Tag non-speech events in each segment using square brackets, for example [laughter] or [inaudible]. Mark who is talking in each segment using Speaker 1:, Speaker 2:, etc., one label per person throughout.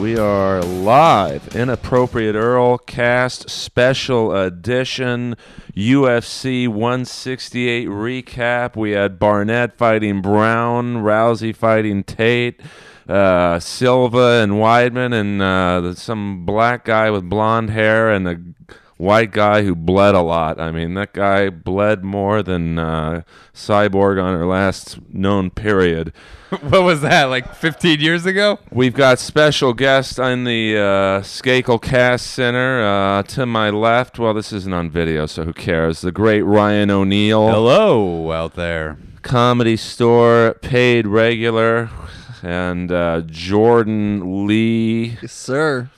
Speaker 1: We are live, Inappropriate Earl cast special edition UFC 168 recap. We had Barnett fighting Brown, Rousey fighting Tate, uh, Silva and Weidman, and uh, some black guy with blonde hair and a white guy who bled a lot. I mean, that guy bled more than uh, Cyborg on her last known period.
Speaker 2: [laughs] what was that? Like 15 years ago?
Speaker 1: We've got special guest in the uh, Skakel Cast Center. Uh, to my left, well, this isn't on video, so who cares? The great Ryan O'Neill,
Speaker 2: Hello out there.
Speaker 1: comedy store, paid regular, and uh, Jordan Lee.
Speaker 3: Yes, sir.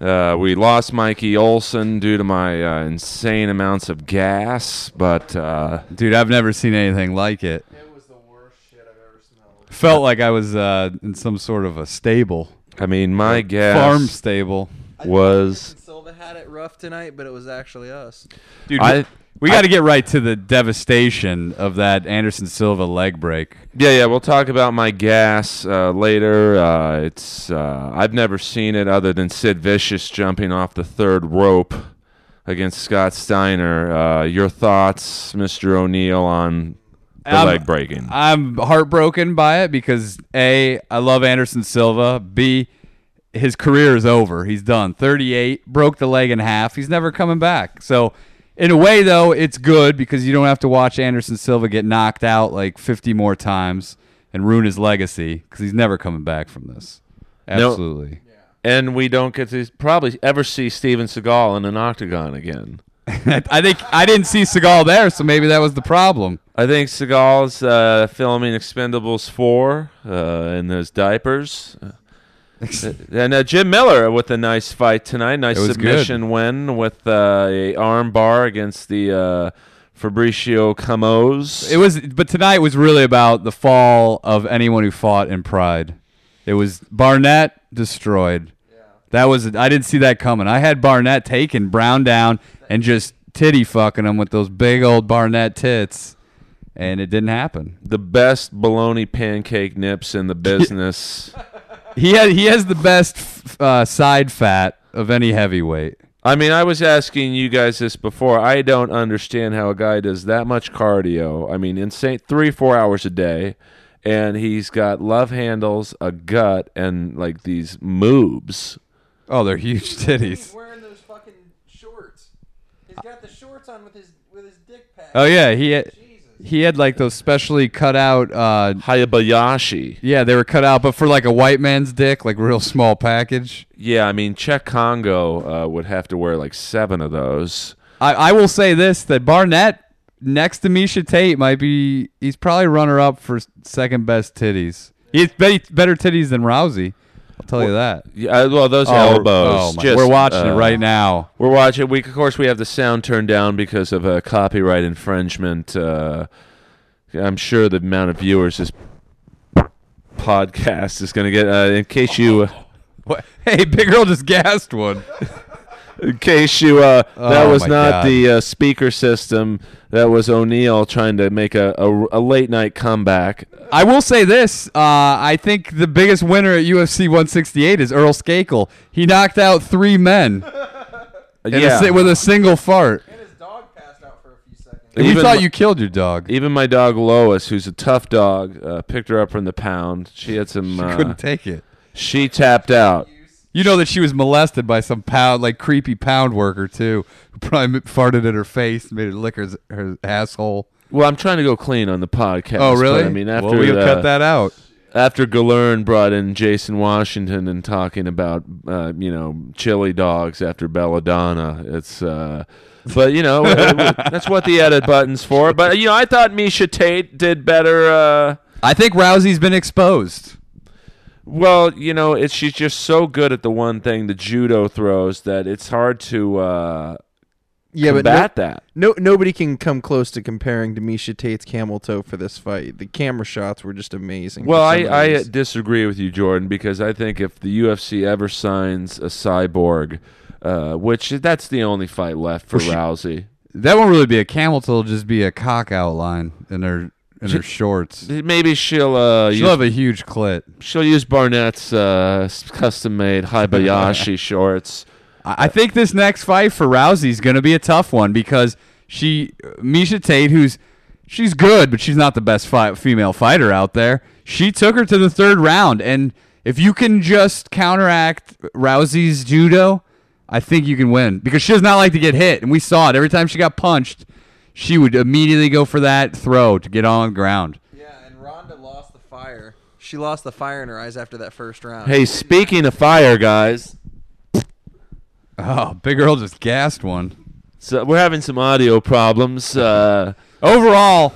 Speaker 1: Uh, we lost Mikey Olson due to my uh, insane amounts of gas, but uh,
Speaker 2: Dude, I've never seen anything like it.
Speaker 4: It was the worst shit I've ever smelled.
Speaker 2: Felt like I was uh, in some sort of a stable,
Speaker 1: I mean, my
Speaker 2: farm
Speaker 1: gas
Speaker 2: stable.
Speaker 1: was.
Speaker 3: Silva had it rough tonight, but it was actually us.
Speaker 2: Dude,
Speaker 1: I-
Speaker 2: we- we got to get right to the devastation of that Anderson Silva leg break.
Speaker 1: Yeah, yeah, we'll talk about my gas uh, later. Uh, it's uh, I've never seen it other than Sid Vicious jumping off the third rope against Scott Steiner. Uh, your thoughts, Mr. O'Neill, on the
Speaker 2: Um,
Speaker 1: leg breaking?
Speaker 2: I'm heartbroken by it because A, I love Anderson Silva. B, his career is over. He's done. 38, broke the leg in half. He's never coming back. So, in a way, though, it's good because you don't have to watch Anderson Silva get knocked out like 50 more times and ruin his legacy because he's never coming back from this.
Speaker 1: No.
Speaker 2: Absolutely. [laughs]
Speaker 1: and we don't get to probably ever see Steven Seagal in an octagon again.
Speaker 2: I think I didn't see Seagal there, so maybe that was the problem.
Speaker 1: I think Seagal's uh, filming Expendables 4 uh, in those diapers. Uh, and uh, Jim Miller with a nice fight tonight. Nice
Speaker 2: It was
Speaker 1: submission win with uh, a arm bar against the uh, Fabricio Camos.
Speaker 2: It was, but tonight was really about the fall of anyone who fought in Pride. It was Barnett destroyed. That was I didn't see that coming. I had Barnett taking Brown down and just titty fucking him with those big old Barnett tits, and it didn't happen.
Speaker 1: the best bologna pancake nips in the business.
Speaker 2: [laughs] He had he has the best f- uh, side fat of any heavyweight.
Speaker 1: I mean, I was asking you guys this before. I don't understand how a guy does that much cardio. I mean, insane three, four hours a day, and he's got love handles, a gut, and like these moobs.
Speaker 2: Oh, they're huge [laughs] titties.
Speaker 4: He's wearing those fucking shorts. He's got the shorts on with his with his dick pack.
Speaker 2: Oh yeah, he had,
Speaker 4: Jesus.
Speaker 2: he had like those specially cut out uh,
Speaker 1: Hayabayashi.
Speaker 2: Yeah, they were cut out, but for like a white man's dick, like real small package.
Speaker 1: Yeah, I mean, Czech Congo uh, would have to wear like seven of those.
Speaker 2: I, I will say this that Barnett next to Misha Tate might be he's probably runner up for second best titties. He's be- better titties than Rousey. I'll tell you that.
Speaker 1: Yeah, uh, well, those
Speaker 2: Oh,
Speaker 1: elbows.
Speaker 2: oh my-
Speaker 1: just,
Speaker 2: we're watching it
Speaker 1: uh,
Speaker 2: right now.
Speaker 1: We're watching. We of course we have the sound turned down because of a copyright infringement. Uh, I'm sure the amount of viewers this podcast is going to get. Uh, in case you,
Speaker 2: What? [laughs] Hey, big girl just gassed one.
Speaker 1: in case you, uh, that
Speaker 2: Oh,
Speaker 1: was
Speaker 2: my
Speaker 1: not
Speaker 2: God.
Speaker 1: the uh, speaker system. That was O'Neill trying to make a, a, a late night comeback.
Speaker 2: I will say this: uh, I think the biggest winner at UFC 168 is Earl Skakel. He knocked out three men in a
Speaker 1: yeah.
Speaker 2: si- with a single fart.
Speaker 4: And his dog passed out for a few seconds.
Speaker 1: It-
Speaker 2: You
Speaker 1: Even
Speaker 2: thought
Speaker 1: my- e,
Speaker 2: you killed your dog.
Speaker 1: even my dog Lois, who's a tough dog, uh, picked her up from the pound. She had some. Uh,
Speaker 2: Couldn't take it.
Speaker 1: she tapped out.
Speaker 2: You know that she was molested by some pound, like creepy pound worker too, who probably m- farted in her face, and made her lick her, her asshole.
Speaker 1: Well, I'm trying to go clean on the podcast.
Speaker 2: Oh,
Speaker 1: but
Speaker 2: really?
Speaker 1: I mean, after uh,
Speaker 2: well, we'll
Speaker 1: the-
Speaker 2: cut that out.
Speaker 1: after Galern brought in Jason Washington and talking about uh, you know chili dogs after Belladonna, it's uh, but you know that's what the edit button's for. But you know, I thought Misha Tate did better. Uh,
Speaker 2: I think Rousey's been exposed.
Speaker 1: well, you know, it's she's just so good at the one thing, the judo throws, that it's hard to uh,
Speaker 3: Yeah,
Speaker 1: combat that.
Speaker 3: no, no, nobody can come close to comparing to Misha Tate's camel toe for this fight. The camera shots were just amazing. for
Speaker 1: Well,
Speaker 3: some of
Speaker 1: I, I
Speaker 3: these.
Speaker 1: disagree with you, Jordan, because I think if the UFC ever signs a cyborg, uh, which that's the only fight left for
Speaker 2: Well, she-
Speaker 1: Rousey.
Speaker 2: That won't really be a camel toe; it'll just be a cock outline in her in her shorts.
Speaker 1: Maybe she'll uh,
Speaker 2: She'll
Speaker 1: use,
Speaker 2: have a huge clit.
Speaker 1: she'll use Barnett's uh, custom made [laughs] Hibayashi shorts.
Speaker 2: I I think this next fight for Rousey is going to be a tough one because she uh, Misha Tate, who's she's good, but she's not the best fight, female fighter out there. She took her to the third round, and if you can just counteract Rousey's judo, I think you can win because she does not like to get hit, and we saw it every time she got punched. She would immediately go for that throw to get on the ground.
Speaker 4: Yeah, and Rhonda lost the fire. She lost the fire in her eyes after that first round.
Speaker 1: Hey, speaking of fire, guys,
Speaker 2: Oh, big girl just gassed one.
Speaker 1: so we're having some audio problems. Uh,
Speaker 2: overall,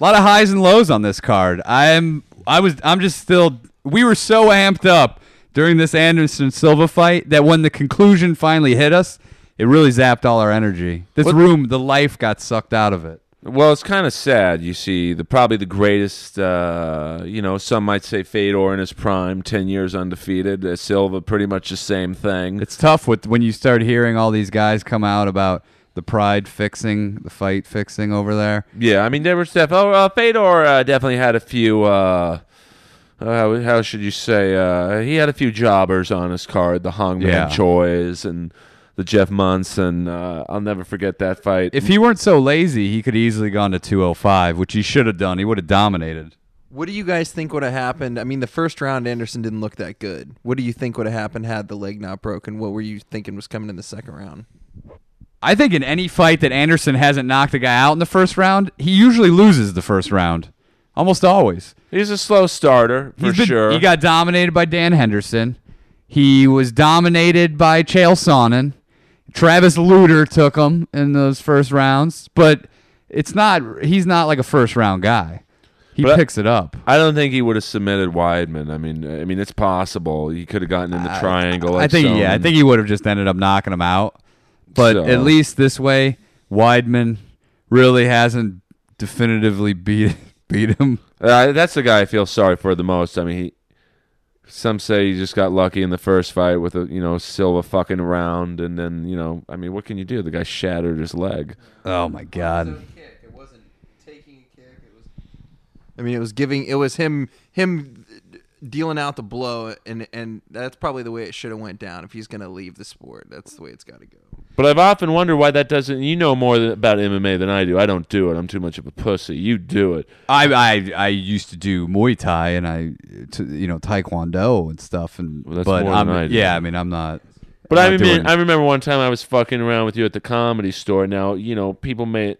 Speaker 2: a lot of highs and lows on this card. I'm I was I'm just still we were so amped up during this Anderson Silva fight that when the conclusion finally hit us, it really zapped all our energy. This room, the life got sucked out of it.
Speaker 1: Well, it's kind of sad. You see, the probably the greatest, uh, you know, some might say Fedor in his prime, ten years undefeated. Uh, Silva, pretty much the same thing.
Speaker 2: It's tough with when you start hearing all these guys come out about the pride fixing, the fight fixing over there.
Speaker 1: yeah, I mean, there was def- oh, uh, Fedor uh, definitely had a few. Uh, uh, how, how should you say? Uh, he had a few jobbers on his card, the Hongman
Speaker 2: Yeah.
Speaker 1: Choi's and the Jeff Munson. Uh, I'll never forget that fight.
Speaker 2: If he weren't so lazy, he could easily gone to 205, which he should have done. He would have dominated.
Speaker 4: What do you guys think would have happened? I mean, the first round, Anderson didn't look that good. What do you think would have happened had the leg not broken? What were you thinking was coming in the second round?
Speaker 2: I think in any fight that Anderson hasn't knocked a guy out in the first round, he usually loses the first round, almost always.
Speaker 1: he's a slow starter for
Speaker 2: He's been-
Speaker 1: sure.
Speaker 2: He got dominated by Dan Henderson. He was dominated by Chael Sonnen. Travis Luter took him in those first rounds, but it's not. He's not like a first round guy. He
Speaker 1: But-
Speaker 2: picks it up.
Speaker 1: I don't think he would have submitted Weidman. I mean, I mean, it's possible he could have gotten in the triangle.
Speaker 2: I
Speaker 1: like
Speaker 2: think yeah, I
Speaker 1: Sonnen.
Speaker 2: think he would have just ended up knocking him out. But
Speaker 1: So-
Speaker 2: at least this way, Weidman really hasn't definitively beat [laughs] beat him.
Speaker 1: Uh, that's the guy I feel sorry for the most. I mean, he, some say he just got lucky in the first fight with a you know Silva fucking round, and then you know, I mean, what can you do? The guy shattered his leg.
Speaker 2: Oh my god.
Speaker 4: kick. It wasn't taking a kick. It was. I mean, it was giving. It was him. Him dealing out the blow, and and that's probably the way it should have went down. If he's gonna leave the sport, that's the way it's got to go.
Speaker 1: But I've often wondered why that doesn't. You know more than, about MMA than I do. I don't do it. I'm too much of a pussy. You do it.
Speaker 2: I, I I used to do Muay Thai and I to, you know Taekwondo and stuff and
Speaker 1: Well, that's
Speaker 2: but
Speaker 1: more
Speaker 2: I'm,
Speaker 1: than I do.
Speaker 2: yeah, I mean I'm not
Speaker 1: But
Speaker 2: I'm
Speaker 1: I
Speaker 2: not
Speaker 1: mean,
Speaker 2: doing-
Speaker 1: I remember one time I was fucking around with you at the comedy store. Now you know people may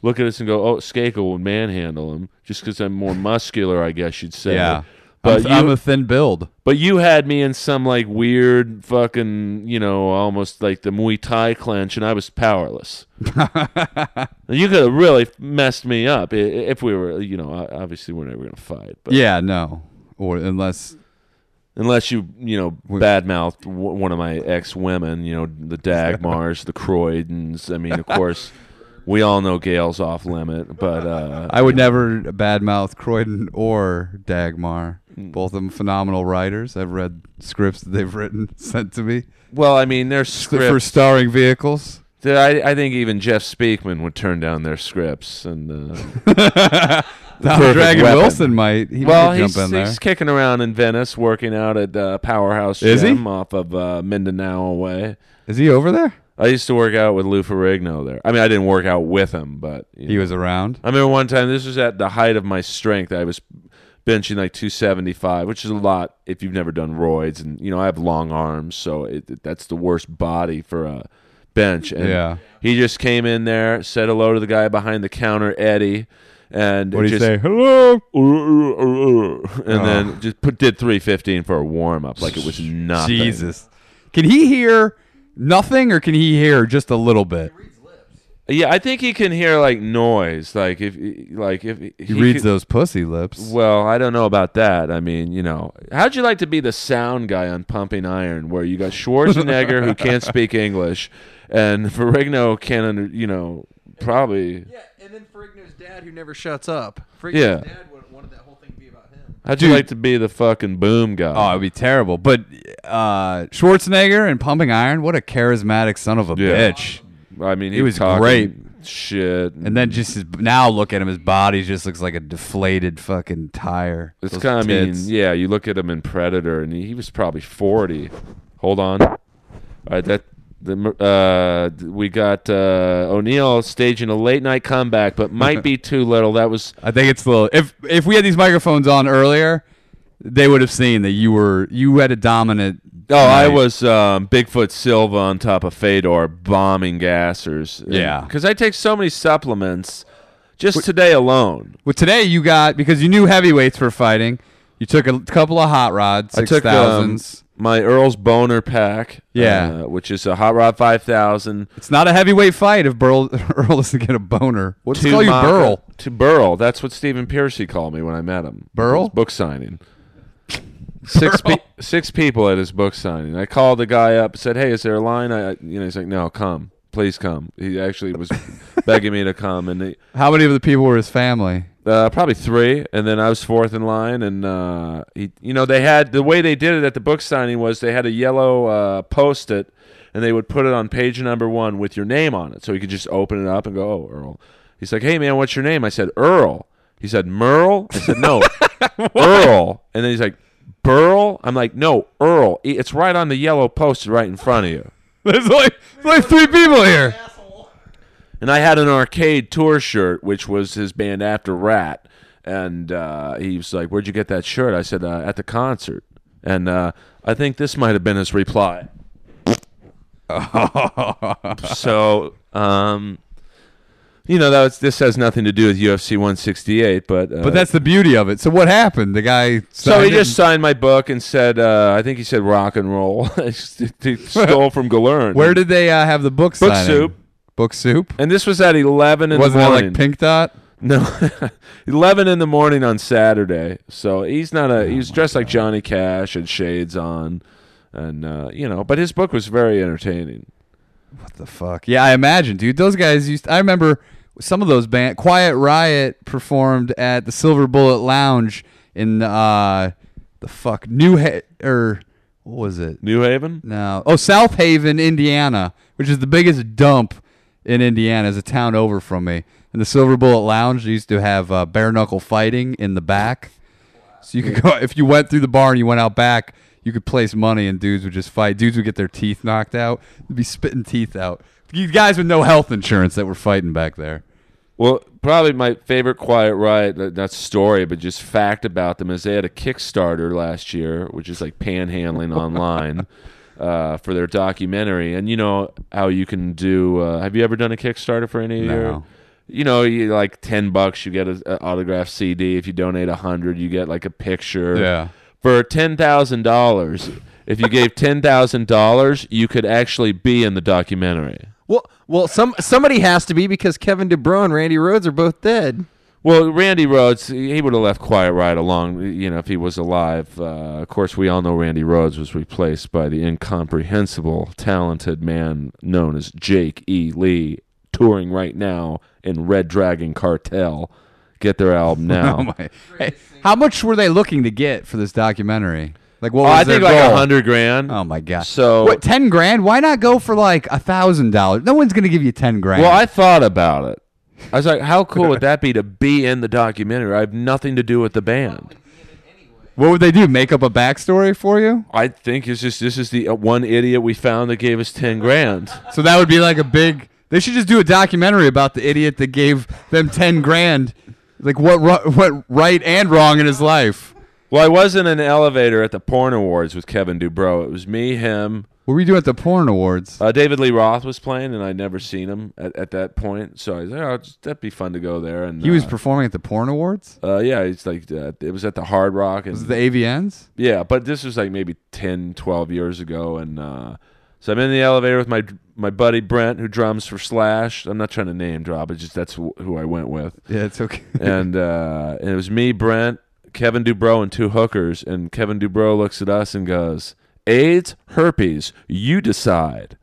Speaker 1: look at us and go, "Oh, Skakel would manhandle him just because I'm more muscular." I guess you'd say.
Speaker 2: yeah.
Speaker 1: But
Speaker 2: I'm, I'm
Speaker 1: you,
Speaker 2: a thin build.
Speaker 1: but you had me in some like weird fucking, you know, almost like the Muay Thai clinch, and I was
Speaker 2: [laughs]
Speaker 1: powerless. you could have really messed me up i- i- if we were, you know, o- obviously we're never gonna fight, but
Speaker 2: Yeah, no. Or unless
Speaker 1: unless you, you know, badmouthed w- one of my ex women, you know, the Dagmars, the Croydons. I mean, of course, we all know Gail's off limit, but uh,
Speaker 2: I would never badmouth Croydon or Dagmar.
Speaker 1: Hmm.
Speaker 2: Both of them phenomenal writers. I've read scripts that they've written [laughs] sent to me
Speaker 1: well, I mean, their
Speaker 2: for
Speaker 1: scripts.
Speaker 2: starring vehicles. [laughs]
Speaker 1: I, I think even Jeff Speakman would turn down their scripts and. Uh,
Speaker 2: Now,
Speaker 1: Perfect
Speaker 2: Dragon
Speaker 1: weapon.
Speaker 2: Wilson might he
Speaker 1: Well,
Speaker 2: might
Speaker 1: he's,
Speaker 2: jump in there.
Speaker 1: he's kicking around in Venice, working out at uh, Powerhouse
Speaker 2: Is he?
Speaker 1: Gym off of uh, Mindanao way.
Speaker 2: Is he over there?
Speaker 1: I used to work out with Lou Ferrigno there. I mean, I didn't work out with him, but you
Speaker 2: He
Speaker 1: know.
Speaker 2: was around.
Speaker 1: I remember one time. This was at the height of my strength. I was benching like 275, which is a lot if you've never done roids, and you know I have long arms, so it, it- that's the worst body for a bench. And
Speaker 2: Yeah.
Speaker 1: He just came in there, said hello to the guy behind the counter, Eddie, and
Speaker 2: What do you
Speaker 1: just
Speaker 2: say? Hello.
Speaker 1: [laughs] and
Speaker 2: Oh.
Speaker 1: then just put did 315 for a warm up like it was nothing.
Speaker 2: Jesus. Can he hear nothing or can he hear just a little bit?
Speaker 1: Yeah, I think he can hear like noise, like if like if he,
Speaker 2: He, reads
Speaker 1: could-
Speaker 2: those pussy lips.
Speaker 1: Well, I don't know about that. I mean, you know, how'd you like to be the sound guy on Pumping Iron, where you got Schwarzenegger who can't speak English, and Ferrigno can't, under, you know, probably.
Speaker 4: Yeah, and then Ferrigno's dad, who never shuts up. Ferrigno's
Speaker 1: Yeah.
Speaker 4: dad would- wanted that whole thing to be about him.
Speaker 1: How'd you like to be the fucking boom guy?
Speaker 2: Oh, it'd be terrible. But uh, Schwarzenegger and Pumping Iron, what a charismatic son of a
Speaker 1: Yeah.
Speaker 2: bitch.
Speaker 1: I mean, he,
Speaker 2: Oh, He was
Speaker 1: talking
Speaker 2: great.
Speaker 1: shit.
Speaker 2: And then just his, now look at him. His body just looks like a deflated fucking tire.
Speaker 1: it's
Speaker 2: Those
Speaker 1: kind of mean,
Speaker 2: tits.
Speaker 1: yeah. You look at him in Predator, and he, he was probably forty. Hold on. All right, that the uh, we got uh, O'Neill staging a late night comeback, but might
Speaker 2: [laughs]
Speaker 1: be too little. That was
Speaker 2: I think it's a little. If if we had these microphones on earlier, they would have seen that you were you had a dominant.
Speaker 1: Oh, I
Speaker 2: night.
Speaker 1: was um, Bigfoot Silva on top of Fedor bombing gassers.
Speaker 2: Yeah.
Speaker 1: because I take so many supplements. Just today alone,
Speaker 2: Well, today you got because you knew heavyweights were fighting. You took a couple of hot rods,
Speaker 1: I
Speaker 2: six
Speaker 1: took um,
Speaker 2: thousands.
Speaker 1: my Earl's Boner pack.
Speaker 2: Yeah.
Speaker 1: uh, which is a Hot Rod Five Thousand.
Speaker 2: it's not a heavyweight fight if Burl [laughs] Earl doesn't get a boner. What's call you Burl?
Speaker 1: To Burl. That's what Stephen Piercy called me when I met him.
Speaker 2: Burl? Oh.
Speaker 1: His book signing. Six
Speaker 2: Burl.
Speaker 1: pe- six people at his book signing. I called the guy up, said, "Hey, is there a line?" I, I- you know, he's like, "No, come, please come." He actually
Speaker 2: [laughs]
Speaker 1: was begging me to come, and he,
Speaker 2: How many of the people were his family? [laughs]
Speaker 1: Uh, probably three, and then I was fourth in line. And uh, he, you know, they had the way they did it at the book signing was they had a yellow uh, post-it, and they would put it on page number one with your name on it, so you could just open it up and go, "Oh, Earl." He's like, "Hey, man, what's your name?" I said, "Earl." He said, "Merle." I said, "No, Earl." And then he's like, "Burl." I'm like, "No, Earl. I- It's right on the yellow post-it right in front of you."
Speaker 2: There's like like three
Speaker 1: [laughs]
Speaker 2: people here.
Speaker 1: And I had an arcade tour shirt, which was his band After Rat. And uh, he was like, Where'd you get that shirt? I said, uh, At the concert. And uh, I think this might have been his
Speaker 2: [laughs]
Speaker 1: reply. so, um, you know, that was, this has nothing to do with UFC 168, but. Uh,
Speaker 2: But that's the beauty of it. So what happened? The guy.
Speaker 1: so he
Speaker 2: signed it
Speaker 1: just signed my book and said, uh, I think he said rock and roll. [laughs] he stole from Galern.
Speaker 2: and- Where did they uh, have the book?
Speaker 1: Book
Speaker 2: signing?
Speaker 1: Soup.
Speaker 2: Book soup.
Speaker 1: And this was at 11 in
Speaker 2: Wasn't
Speaker 1: the
Speaker 2: that
Speaker 1: morning.
Speaker 2: like Pink Dot?
Speaker 1: No, [laughs] eleven in the morning on Saturday. So he's not a. He was dressed like Johnny Cash and shades on, and uh, you know. But his book was very entertaining.
Speaker 2: What the fuck? Yeah, I imagine, dude. Those guys used. I remember some of those band. Quiet Riot performed at the Silver Bullet Lounge in uh, the fuck New ha- or what was it?
Speaker 1: New Haven.
Speaker 2: No, oh South Haven, Indiana, which is the biggest dump in Indiana, is a town over from me. And the Silver Bullet Lounge used to have uh, bare knuckle fighting in the back, so you could go if you went through the bar and you went out back. You could place money and dudes would just fight. Dudes would get their teeth knocked out. They'd be spitting teeth out. These guys with no health insurance that were fighting back there.
Speaker 1: Well, probably my favorite Quiet Riot, uh, not story, but just fact about them is they had a Kickstarter last year, which is like panhandling online uh, for their documentary. And you know how you can do. Uh, have you ever done a Kickstarter for any of your?
Speaker 2: No.
Speaker 1: You know, you like ten bucks, you get an autographed CD. If you donate a hundred, you get like a picture.
Speaker 2: Yeah.
Speaker 1: For ten thousand dollars, if you gave ten thousand dollars, you could actually be in the documentary.
Speaker 4: Well, well, some somebody has to be because Kevin De Bruyne and Randy Rhodes are both dead.
Speaker 1: Well, Randy Rhodes, he would have left Quiet Riot along, you know, if he was alive. Uh, of course, we all know Randy Rhodes was replaced by the incomprehensible, talented man known as Jake E. Lee, touring right now in Red Dragon Cartel. Get their
Speaker 2: [laughs]
Speaker 1: album now.
Speaker 2: Oh my. Hey, how much were they looking to get for this documentary? Like what
Speaker 1: Oh,
Speaker 2: was
Speaker 1: I
Speaker 2: their
Speaker 1: think like
Speaker 2: goal?
Speaker 1: a hundred grand.
Speaker 2: Oh my god!
Speaker 1: So-
Speaker 2: what? Ten grand? Why not go for like a thousand dollars? No one's gonna give you ten grand.
Speaker 1: Well, I thought about it. I was like,
Speaker 2: [laughs]
Speaker 1: how cool would that be to be in the documentary? I have nothing to do with the band.
Speaker 2: what would they do? Make up a backstory for you?
Speaker 1: I think it's just this is the uh, one idiot we found that gave us ten grand.
Speaker 2: So that would be like a big. They should just do a documentary about the idiot that gave them ten grand. Like what? ru- What right and wrong in his life?
Speaker 1: Well, I was in an elevator at the Porn Awards with Kevin Dubrow. It was me, him.
Speaker 2: What were you doing at the porn awards?
Speaker 1: Uh, David Lee Roth was playing, and I'd never seen him at, at that point. So I was like, oh, just- that'd be fun to go there. And
Speaker 2: He was
Speaker 1: uh,
Speaker 2: performing at the porn awards.
Speaker 1: uh, yeah, it's like uh, it was at the Hard Rock. And,
Speaker 2: Was it the AVNs?
Speaker 1: yeah, but this was like maybe 10, 12 years ago. And uh, so I'm in the elevator with my my buddy Brent, who drums for Slash. I'm not trying to name drop, it's just that's wh- who I went
Speaker 2: [laughs]
Speaker 1: with.
Speaker 2: Yeah, it's okay.
Speaker 1: and uh, and it was me, Brent, Kevin Dubrow, and two hookers. And Kevin Dubrow looks at us and goes, "AIDS, herpes, you decide."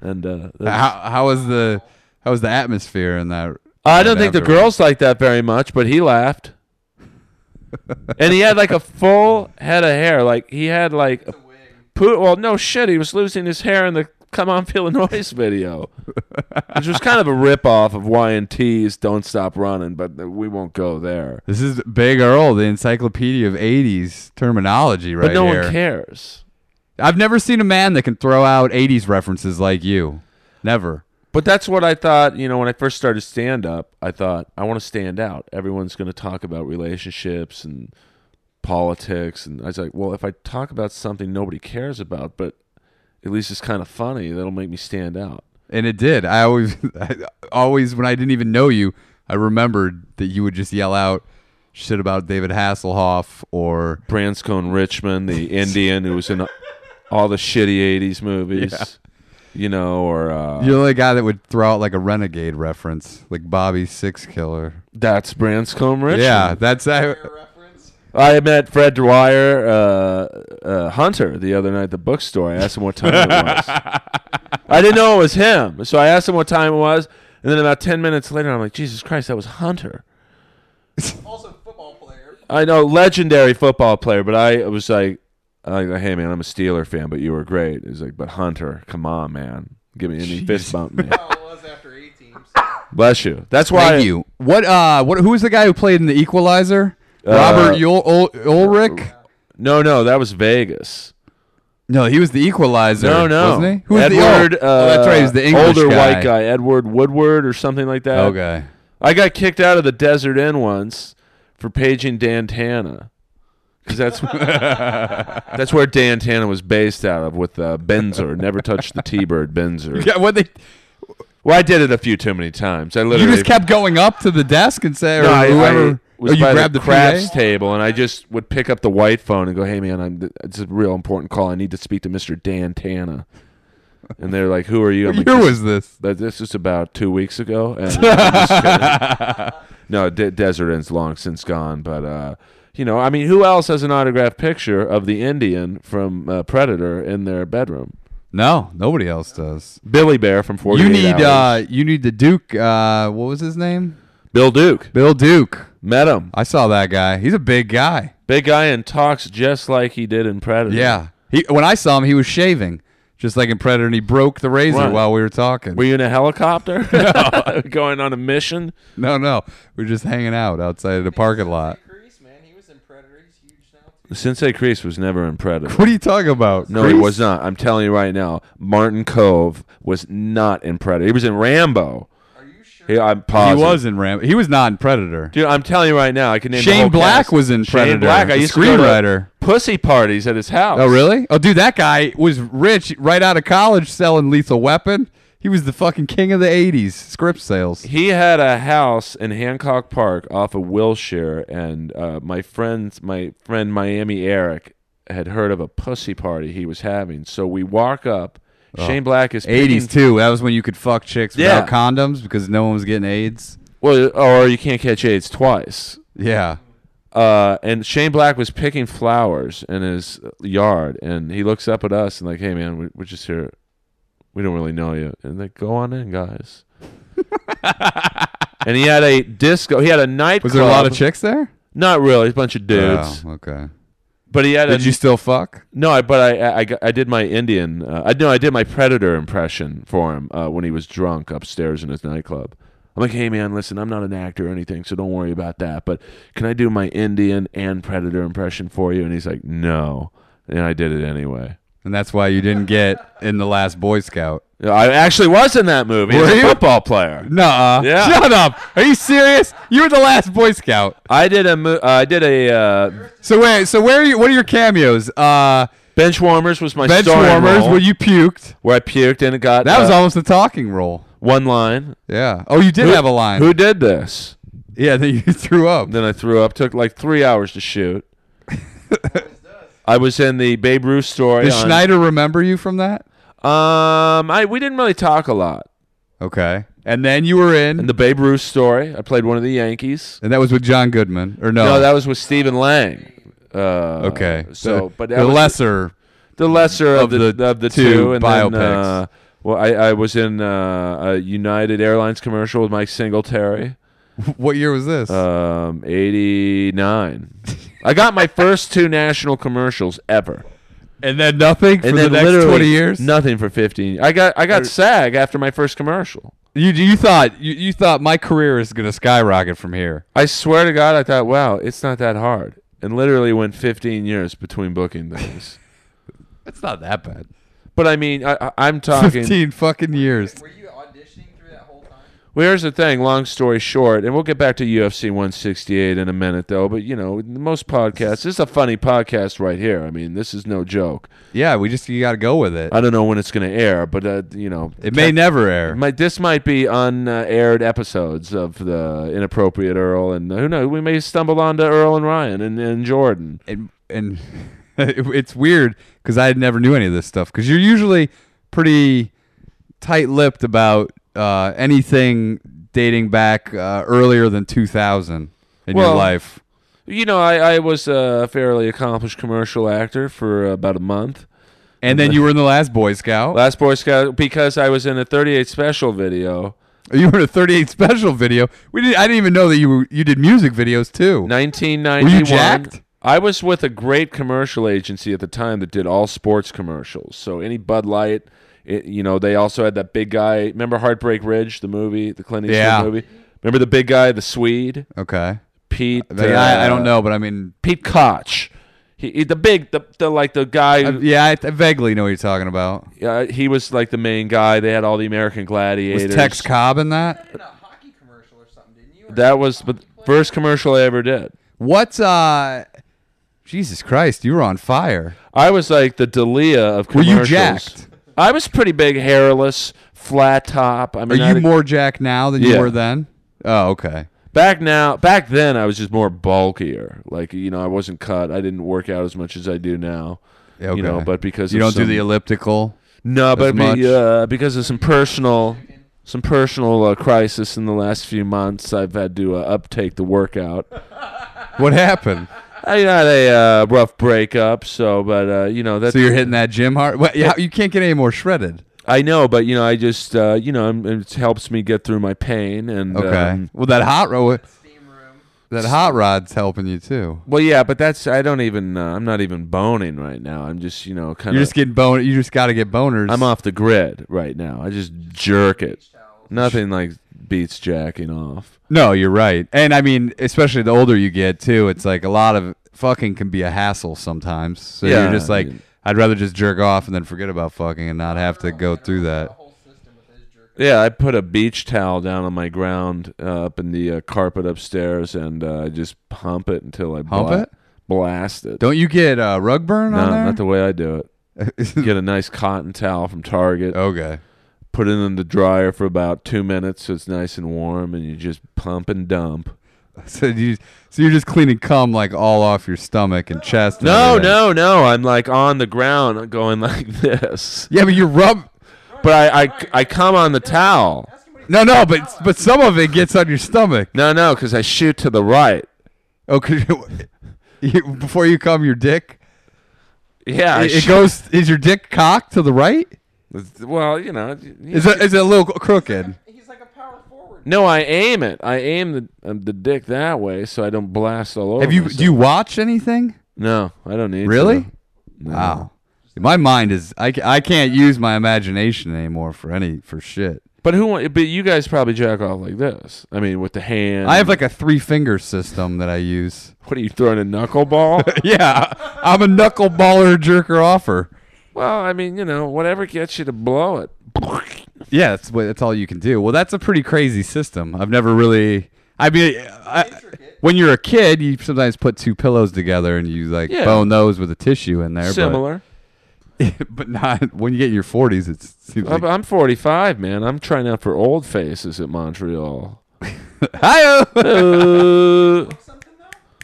Speaker 1: And uh,
Speaker 2: how, how was the how was the atmosphere in that?
Speaker 1: I don't think the
Speaker 2: afterwards?
Speaker 1: girls liked that very much, but he
Speaker 2: [laughs]
Speaker 1: laughed. and he had like a full head of hair, like he had like a poo. Well, no shit, he was losing his hair in the Come on, Feel the Noise [laughs] video, which was kind of a ripoff of Y&T's Don't Stop Running, but we won't go there.
Speaker 2: This is Big Earl, the encyclopedia of 80s terminology right
Speaker 1: But no
Speaker 2: here.
Speaker 1: one cares.
Speaker 2: I've never seen a man that can throw out 80s references like you. Never.
Speaker 1: But that's what I thought, you know, when I first started stand up, I thought, I want to stand out. Everyone's going to talk about relationships and politics. And I was like, well, if I talk about something nobody cares about, but at least it's kind of funny, that'll make me stand out.
Speaker 2: And it did. I always [laughs] I always when I didn't even know you, I remembered that you would just yell out shit about David Hasselhoff or
Speaker 1: Branscombe Richmond, the Indian who was in all the shitty 80s movies, you know, or uh,
Speaker 2: You're the only guy that would throw out like a renegade reference, like Bobby Six Killer.
Speaker 1: that's Branscombe Richmond.
Speaker 2: Yeah, that's I,
Speaker 1: I met Fred Dwyer uh, uh, Hunter the other night at the bookstore. I asked him what time it
Speaker 2: [laughs]
Speaker 1: was. I didn't know it was him, so I asked him what time it was, and then about ten minutes later, I'm like, Jesus Christ, that was Hunter.
Speaker 4: Also, football player.
Speaker 1: I know, legendary football player, but I was like, I like, hey man, I'm a Steeler fan, but you were great. He's like, but Hunter, come on, man, give me any fist bump, man.
Speaker 4: Oh, it was after eight teams. That
Speaker 1: Bless you. That's why
Speaker 2: Thank you. What uh what who was the guy who played in the Equalizer?
Speaker 1: Uh, Oh.
Speaker 2: Robert Ul- Ul- Ulrich?
Speaker 1: No, no, that was Vegas.
Speaker 2: No, he was the Equalizer.
Speaker 1: No, no.
Speaker 2: wasn't he? Who was
Speaker 1: Edward,
Speaker 2: the
Speaker 1: uh,
Speaker 2: oh, that's right. He was the English
Speaker 1: older
Speaker 2: guy.
Speaker 1: white guy, Edward Woodward or something like that.
Speaker 2: Okay.
Speaker 1: I got kicked out of the Desert Inn once for paging Dan Tana. Because that's, [laughs] that's where Dan Tana was based out of with uh, Benzer. Never touched the T Bird Benzer.
Speaker 2: [laughs] Yeah, what they
Speaker 1: Well, I did it a few too many times. I literally.
Speaker 2: you just kept going up to the desk and say, or
Speaker 1: No, I,
Speaker 2: whoever.
Speaker 1: I was
Speaker 2: oh, you
Speaker 1: by
Speaker 2: grabbed
Speaker 1: the,
Speaker 2: the,
Speaker 1: crafts
Speaker 2: PA?
Speaker 1: table, and I just would pick up the white phone and go, "Hey, man, I'm. It's a real important call. I need to speak to Mister Dan Tana." And they're like, "Who are you?" I'm
Speaker 2: What
Speaker 1: like,
Speaker 2: year
Speaker 1: "This-
Speaker 2: was this?
Speaker 1: that this was about two weeks ago. And I'm just kidding.
Speaker 2: [laughs]
Speaker 1: no, De- Desert Inn's long since gone. But uh, you know, I mean, who else has an autographed picture of the Indian from uh, Predator in their bedroom?
Speaker 2: No, nobody else does.
Speaker 1: Billy Bear from Forty.
Speaker 2: You need uh you need the Duke uh what was his name?
Speaker 1: Bill Duke.
Speaker 2: Bill Duke.
Speaker 1: Met him.
Speaker 2: I saw that guy. He's a big guy.
Speaker 1: Big guy and talks just like he did in Predator.
Speaker 2: Yeah. He when I saw him, he was shaving, just like in Predator, and he broke the razor
Speaker 1: Right.
Speaker 2: while we were talking.
Speaker 1: Were you in a
Speaker 2: [laughs]
Speaker 1: helicopter [laughs] going on a mission?
Speaker 2: no, no, we were just hanging out outside of the parking lot.
Speaker 4: Crease, man. He was in Predator. He's huge now. Too.
Speaker 1: Sensei Crease was never in Predator.
Speaker 2: What are you talking about?
Speaker 1: No, he was not. I'm telling you right now, Martin Cove was not in Predator. He was in Rambo.
Speaker 4: Are you sure?
Speaker 1: He, I'm
Speaker 2: He
Speaker 1: positive.
Speaker 2: was in Ram. He was not in Predator.
Speaker 1: Dude, I'm telling you right now, I can name the
Speaker 2: Shane
Speaker 1: whole
Speaker 2: Black
Speaker 1: cast.
Speaker 2: was in Predator.
Speaker 1: Shane Black, I
Speaker 2: the
Speaker 1: used to go
Speaker 2: screenwriter.
Speaker 1: to pussy parties at his house.
Speaker 2: Oh, really? Oh, dude, that guy was rich right out of college selling Lethal Weapon. He was the fucking king of the 80s script sales.
Speaker 1: He had a house in Hancock Park off of Wilshire, and uh, my friends, my friend Miami Eric, had heard of a pussy party he was having. So we walk up.
Speaker 2: Oh.
Speaker 1: Shane Black is picking-
Speaker 2: 80s, too. That was when you could fuck chicks
Speaker 1: Yeah.
Speaker 2: without condoms because no one was getting AIDS.
Speaker 1: Well, or you can't catch AIDS twice.
Speaker 2: Yeah.
Speaker 1: uh, and Shane Black was picking flowers in his yard, and he looks up at us and like, "Hey, man, we, we're just here. We don't really know you." And like, "Go on in,
Speaker 2: [laughs]
Speaker 1: guys." and he had a disco. He had a night.
Speaker 2: Was there a lot of chicks there?
Speaker 1: Not really. A bunch of dudes.
Speaker 2: Oh, okay.
Speaker 1: But he had a
Speaker 2: Did you still fuck?
Speaker 1: no. I But I I, I got- I did my Indian. Uh, I no. I did my Predator impression for him uh, when he was drunk upstairs in his nightclub. I'm like, hey man, listen, I'm not an actor or anything, so don't worry about that. But can I do my Indian and Predator impression for you? And he's like, no. And I did it anyway.
Speaker 2: And that's why you didn't get in the last Boy Scout.
Speaker 1: I actually was in that movie.
Speaker 2: Were
Speaker 1: as a
Speaker 2: you?
Speaker 1: football player.
Speaker 2: Nuh-uh.
Speaker 1: Yeah.
Speaker 2: Shut up. Are you serious? You were the last Boy Scout.
Speaker 1: I did a mo- uh, I did a uh,
Speaker 2: So wait, so where are you what are your cameos? Uh
Speaker 1: bench warmers was my
Speaker 2: bench
Speaker 1: starring
Speaker 2: warmers
Speaker 1: role,
Speaker 2: where you puked.
Speaker 1: where I puked and it got
Speaker 2: That was
Speaker 1: uh,
Speaker 2: almost a talking role.
Speaker 1: one line.
Speaker 2: Yeah. Oh, you did have a line.
Speaker 1: Who did this?
Speaker 2: Yeah, then you [laughs] threw up.
Speaker 1: Then I threw up. Took like three hours to shoot. I was in the Babe Ruth story.
Speaker 2: Did
Speaker 1: on-
Speaker 2: Schneider remember you from that?
Speaker 1: Um, I we didn't really talk a lot.
Speaker 2: Okay. And then you were in,
Speaker 1: In the Babe Ruth story, I played one of the Yankees.
Speaker 2: and that was with John Goodman, or no?
Speaker 1: No, that was with Stephen Lang. Uh,
Speaker 2: okay.
Speaker 1: So,
Speaker 2: the,
Speaker 1: but that
Speaker 2: the
Speaker 1: was
Speaker 2: lesser. [laughs]
Speaker 1: the lesser of,
Speaker 2: of
Speaker 1: the,
Speaker 2: the
Speaker 1: of the two,
Speaker 2: two
Speaker 1: and then,
Speaker 2: biopics.
Speaker 1: uh, well, I, I was in uh, a United Airlines commercial with Mike Singletary.
Speaker 2: What year was this?
Speaker 1: Um, eighty nine. I got my first two national commercials ever.
Speaker 2: and then nothing for
Speaker 1: and
Speaker 2: the
Speaker 1: then
Speaker 2: next
Speaker 1: literally
Speaker 2: twenty years.
Speaker 1: nothing for 15. I got I got SAG after my first commercial.
Speaker 2: You you thought you, you thought my career is gonna skyrocket from here.
Speaker 1: I swear to God, I thought, wow, it's not that hard. And literally went 15 years between booking things.
Speaker 2: It's not that bad.
Speaker 1: [laughs] but I mean, I, I, I'm talking.
Speaker 2: [laughs] Fifteen fucking years.
Speaker 4: Were you auditioning through that whole time?
Speaker 1: Well, here's the thing. Long story short, and we'll get back to UFC 168 in a minute, though. But you know, most podcasts. This is a funny podcast right here. I mean, this is no joke.
Speaker 2: Yeah, we just you got to go with it.
Speaker 1: I don't know when it's going to air, but uh, you know,
Speaker 2: It may never
Speaker 1: It
Speaker 2: air.
Speaker 1: might- this might be unaired episodes of the inappropriate Earl, and who knows? We may stumble onto Earl and Ryan and, and Jordan.
Speaker 2: and and [laughs] it- it's weird because I never knew any of this stuff because you're usually pretty tight-lipped about uh, anything dating back uh, earlier than 2000 in your
Speaker 1: Well-
Speaker 2: life.
Speaker 1: You know, I, I was a fairly accomplished commercial actor for about a month.
Speaker 2: And then you were in the last Boy Scout.
Speaker 1: Last Boy Scout because I was in a 38 special video.
Speaker 2: [laughs] you were in a 38 special video. We didn't, I didn't even know that you were, you did music videos too.
Speaker 1: 1991.
Speaker 2: jacked?
Speaker 1: I was with a great commercial agency at the time that did all sports commercials. So any Bud Light, it, you know, they also had that big guy. Remember Heartbreak Ridge, the movie, the Clint Eastwood
Speaker 2: Yeah.
Speaker 1: movie. Remember the big guy, the Swede,
Speaker 2: Okay.
Speaker 1: Pete.
Speaker 2: But I, I don't know, but I mean,
Speaker 1: Pete Koch. He, he- the big, the, the like the guy.
Speaker 2: I, yeah, I, I vaguely know what you're talking about.
Speaker 1: uh, he was like the main guy. They had all the American
Speaker 2: Was
Speaker 1: Gladiators.
Speaker 2: Tex Cobb in that?
Speaker 4: In a hockey commercial or something, didn't you? Or
Speaker 1: That was the first commercial I ever did.
Speaker 2: What's uh? Jesus Christ, you were on fire.
Speaker 1: I was like the Dalia of
Speaker 2: Were you
Speaker 1: commercials.
Speaker 2: jacked?
Speaker 1: I was pretty big, hairless, flat top. I
Speaker 2: Are
Speaker 1: mean, I
Speaker 2: you
Speaker 1: didn't-
Speaker 2: more Jack now than you
Speaker 1: Yeah.
Speaker 2: were then? Oh, okay.
Speaker 1: back now? Back then, I was just more bulkier. Like you know, I wasn't cut. I didn't work out as much as I do now.
Speaker 2: Yeah, okay.
Speaker 1: You know, but because
Speaker 2: you
Speaker 1: of
Speaker 2: don't do
Speaker 1: some-
Speaker 2: the elliptical.
Speaker 1: no, but
Speaker 2: much.
Speaker 1: be, uh, because of some personal, some personal uh, crisis in the last few months, I've had to uh, uptake the workout.
Speaker 2: What happened?
Speaker 1: I had a uh, rough breakup, so but uh, you know [laughs] that's
Speaker 2: so you're hitting that gym hard. What, yeah, you can't get any more shredded.
Speaker 1: I know, but you know, I just uh, you know, um, it helps me get through my pain and
Speaker 2: Okay.
Speaker 1: um,
Speaker 2: well, that hot rod,
Speaker 4: steam room.
Speaker 2: that hot rod's helping you too.
Speaker 1: well, yeah, but that's I don't even uh, I'm not even boning right now. I'm just you know kind
Speaker 2: You're
Speaker 1: of
Speaker 2: just getting bone. You just got to get boners.
Speaker 1: I'm off the grid right now. I just jerk it. Nothing like beats jacking off.
Speaker 2: No, you're right. And I mean, especially the older you get too, it's like a lot of fucking can be a hassle sometimes. So
Speaker 1: Yeah,
Speaker 2: you're just
Speaker 1: I
Speaker 2: like,
Speaker 1: mean-
Speaker 2: I'd rather just jerk off and then forget about fucking and not have to go through that.
Speaker 4: Whole system with his jerk.
Speaker 1: Yeah, I put a beach towel down on my ground uh, up in the uh, carpet upstairs, and uh, I just hump it until I
Speaker 2: Hump
Speaker 1: bla-
Speaker 2: it?
Speaker 1: blast it.
Speaker 2: Don't you get uh, rug burn
Speaker 1: no,
Speaker 2: on there?
Speaker 1: not the way I do it. Get a nice cotton towel from Target.
Speaker 2: [laughs] Okay.
Speaker 1: put it in the dryer for about two minutes so it's nice and warm and you just pump and dump
Speaker 2: So you so you're just cleaning cum like all off your stomach and chest. and
Speaker 1: no
Speaker 2: everything.
Speaker 1: no no i'm like on the ground going [laughs] like this
Speaker 2: Yeah, but you rub.
Speaker 1: but i i, I come on the towel
Speaker 2: No, no, but but some of it gets on your stomach.
Speaker 1: no no because i shoot to the right
Speaker 2: Oh, 'cause you, [laughs] you, before you cum, your dick
Speaker 1: yeah I
Speaker 2: it, it
Speaker 1: shoot-
Speaker 2: goes. Is your dick cocked to the right?
Speaker 1: well you know
Speaker 2: Is it is it a little crooked?
Speaker 4: He's like a power forward.
Speaker 1: no i aim it i aim the, um, the dick that way so i don't blast all over
Speaker 2: Have you
Speaker 1: myself.
Speaker 2: do you watch anything?
Speaker 1: no i don't need
Speaker 2: Really?
Speaker 1: to.
Speaker 2: Wow. My mind is I, ca- I can't use my imagination anymore for any for shit.
Speaker 1: but who want, but you guys probably jack off like this i mean with the hand
Speaker 2: I have like a three finger system that I use. [laughs]
Speaker 1: what are you throwing a knuckleball [laughs]
Speaker 2: yeah, I'm a knuckleballer jerker offer.
Speaker 1: Well, I mean, you know, whatever gets you to blow it.
Speaker 2: Yeah, that's what that's all you can do. Well, that's a pretty crazy system. I've never really. I mean, I, when you're a kid, you sometimes put two pillows together and you like
Speaker 1: Yeah.
Speaker 2: bone those with a tissue in there. but-
Speaker 1: Similar.
Speaker 2: [laughs] but, not when you get in your 40s. It's seems
Speaker 1: I'm
Speaker 2: [laughs] like,
Speaker 1: I'm 45, man. I'm trying out for old faces at Montreal.
Speaker 2: [laughs] hi
Speaker 1: Uh,
Speaker 4: Something though.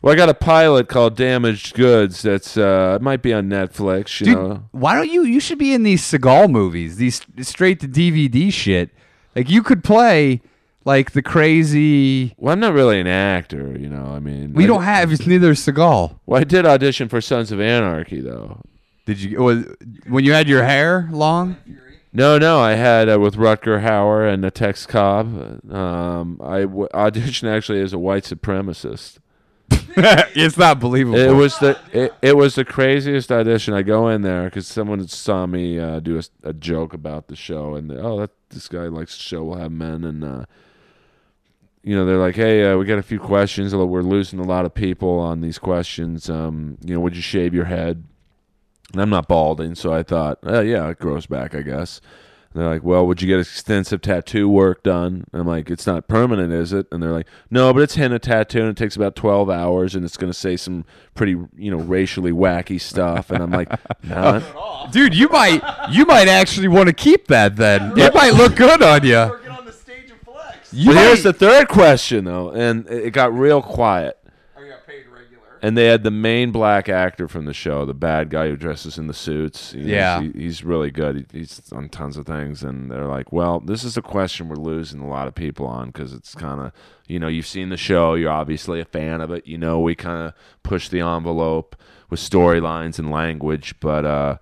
Speaker 1: well, I got a pilot called Damaged Goods. That's uh, it might be on Netflix. You
Speaker 2: Dude,
Speaker 1: know,
Speaker 2: why don't you? You should be in these Seagal movies, these straight to DVD shit. Like you could play like the crazy.
Speaker 1: well, I'm not really an actor. You know, I mean,
Speaker 2: We
Speaker 1: I
Speaker 2: don't
Speaker 1: did-
Speaker 2: have. It's neither is Seagal.
Speaker 1: Well, I did audition for Sons of Anarchy, though.
Speaker 2: Did you was, when you had your hair long?
Speaker 4: Fury.
Speaker 1: No, no, I had uh, with Rutger Hauer and the Tex Cobb. Um, I w- auditioned actually as a white supremacist.
Speaker 2: [laughs] it's not believable.
Speaker 1: It was the it, it was the craziest audition. I go in there because someone saw me uh, do a, a joke about the show, and oh, that this guy likes the show. We'll have men, and uh, you know they're like, hey, uh, we got a few questions. although We're losing a lot of people on these questions. Um, you know, would you shave your head? And I'm not balding, so I thought, uh, yeah, it grows back, I guess. And they're like, well, would you get extensive tattoo work done? And I'm like, it's not permanent, is it? And they're like, no, but it's henna tattoo, and it takes about 12 hours, and it's going to say some pretty, you know, racially wacky stuff. And I'm like, [laughs]
Speaker 2: [laughs]
Speaker 1: not.
Speaker 2: Dude, you might you might actually want to keep that then. It might look good on you.
Speaker 4: Get on the stage and flex.
Speaker 2: You
Speaker 1: But here's the
Speaker 2: might-
Speaker 1: third question, though, and it it got real quiet.
Speaker 4: Or you got paid regular.
Speaker 1: And they had the main black actor from the show, the bad guy who dresses in the suits. You know,
Speaker 2: Yeah.
Speaker 1: he- he's really good. He, he's on tons of things, and they're like, "Well, this is a question we're losing a lot of people on because it's kind of, you know, you've seen the show, you're obviously a fan of it. You know, we kind of push the envelope with storylines and language, but uh,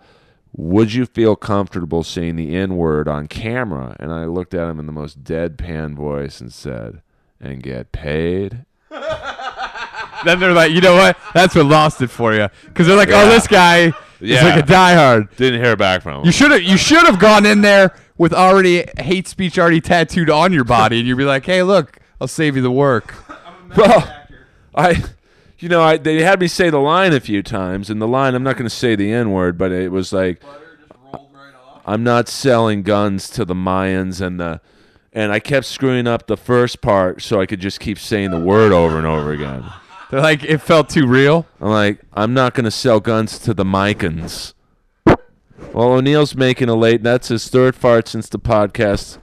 Speaker 1: would you feel comfortable seeing the N word on camera?" And I looked at him in the most deadpan voice and said, "And get paid."
Speaker 2: then they're like, you know what? That's what lost it for you. Because they're like, oh,
Speaker 1: Yeah.
Speaker 2: this guy is
Speaker 1: Yeah.
Speaker 2: like a diehard.
Speaker 1: Didn't hear back from him.
Speaker 2: You should have you should have gone in there with already hate speech already tattooed on your body, and you'd be like, hey, look, I'll save you the work.
Speaker 1: Bro, I, you know, I they had me say the line a few times, and the line I'm not going to say the n word, but it was like, I'm not selling guns to the Mayans and the, and I kept screwing up the first part so I could just keep saying the word over and over again.
Speaker 2: They're like, it felt too real. [laughs]
Speaker 1: I'm like, I'm not going to sell guns to the Micans. Well, O'Neill's making a late. That's his third fart since the podcast.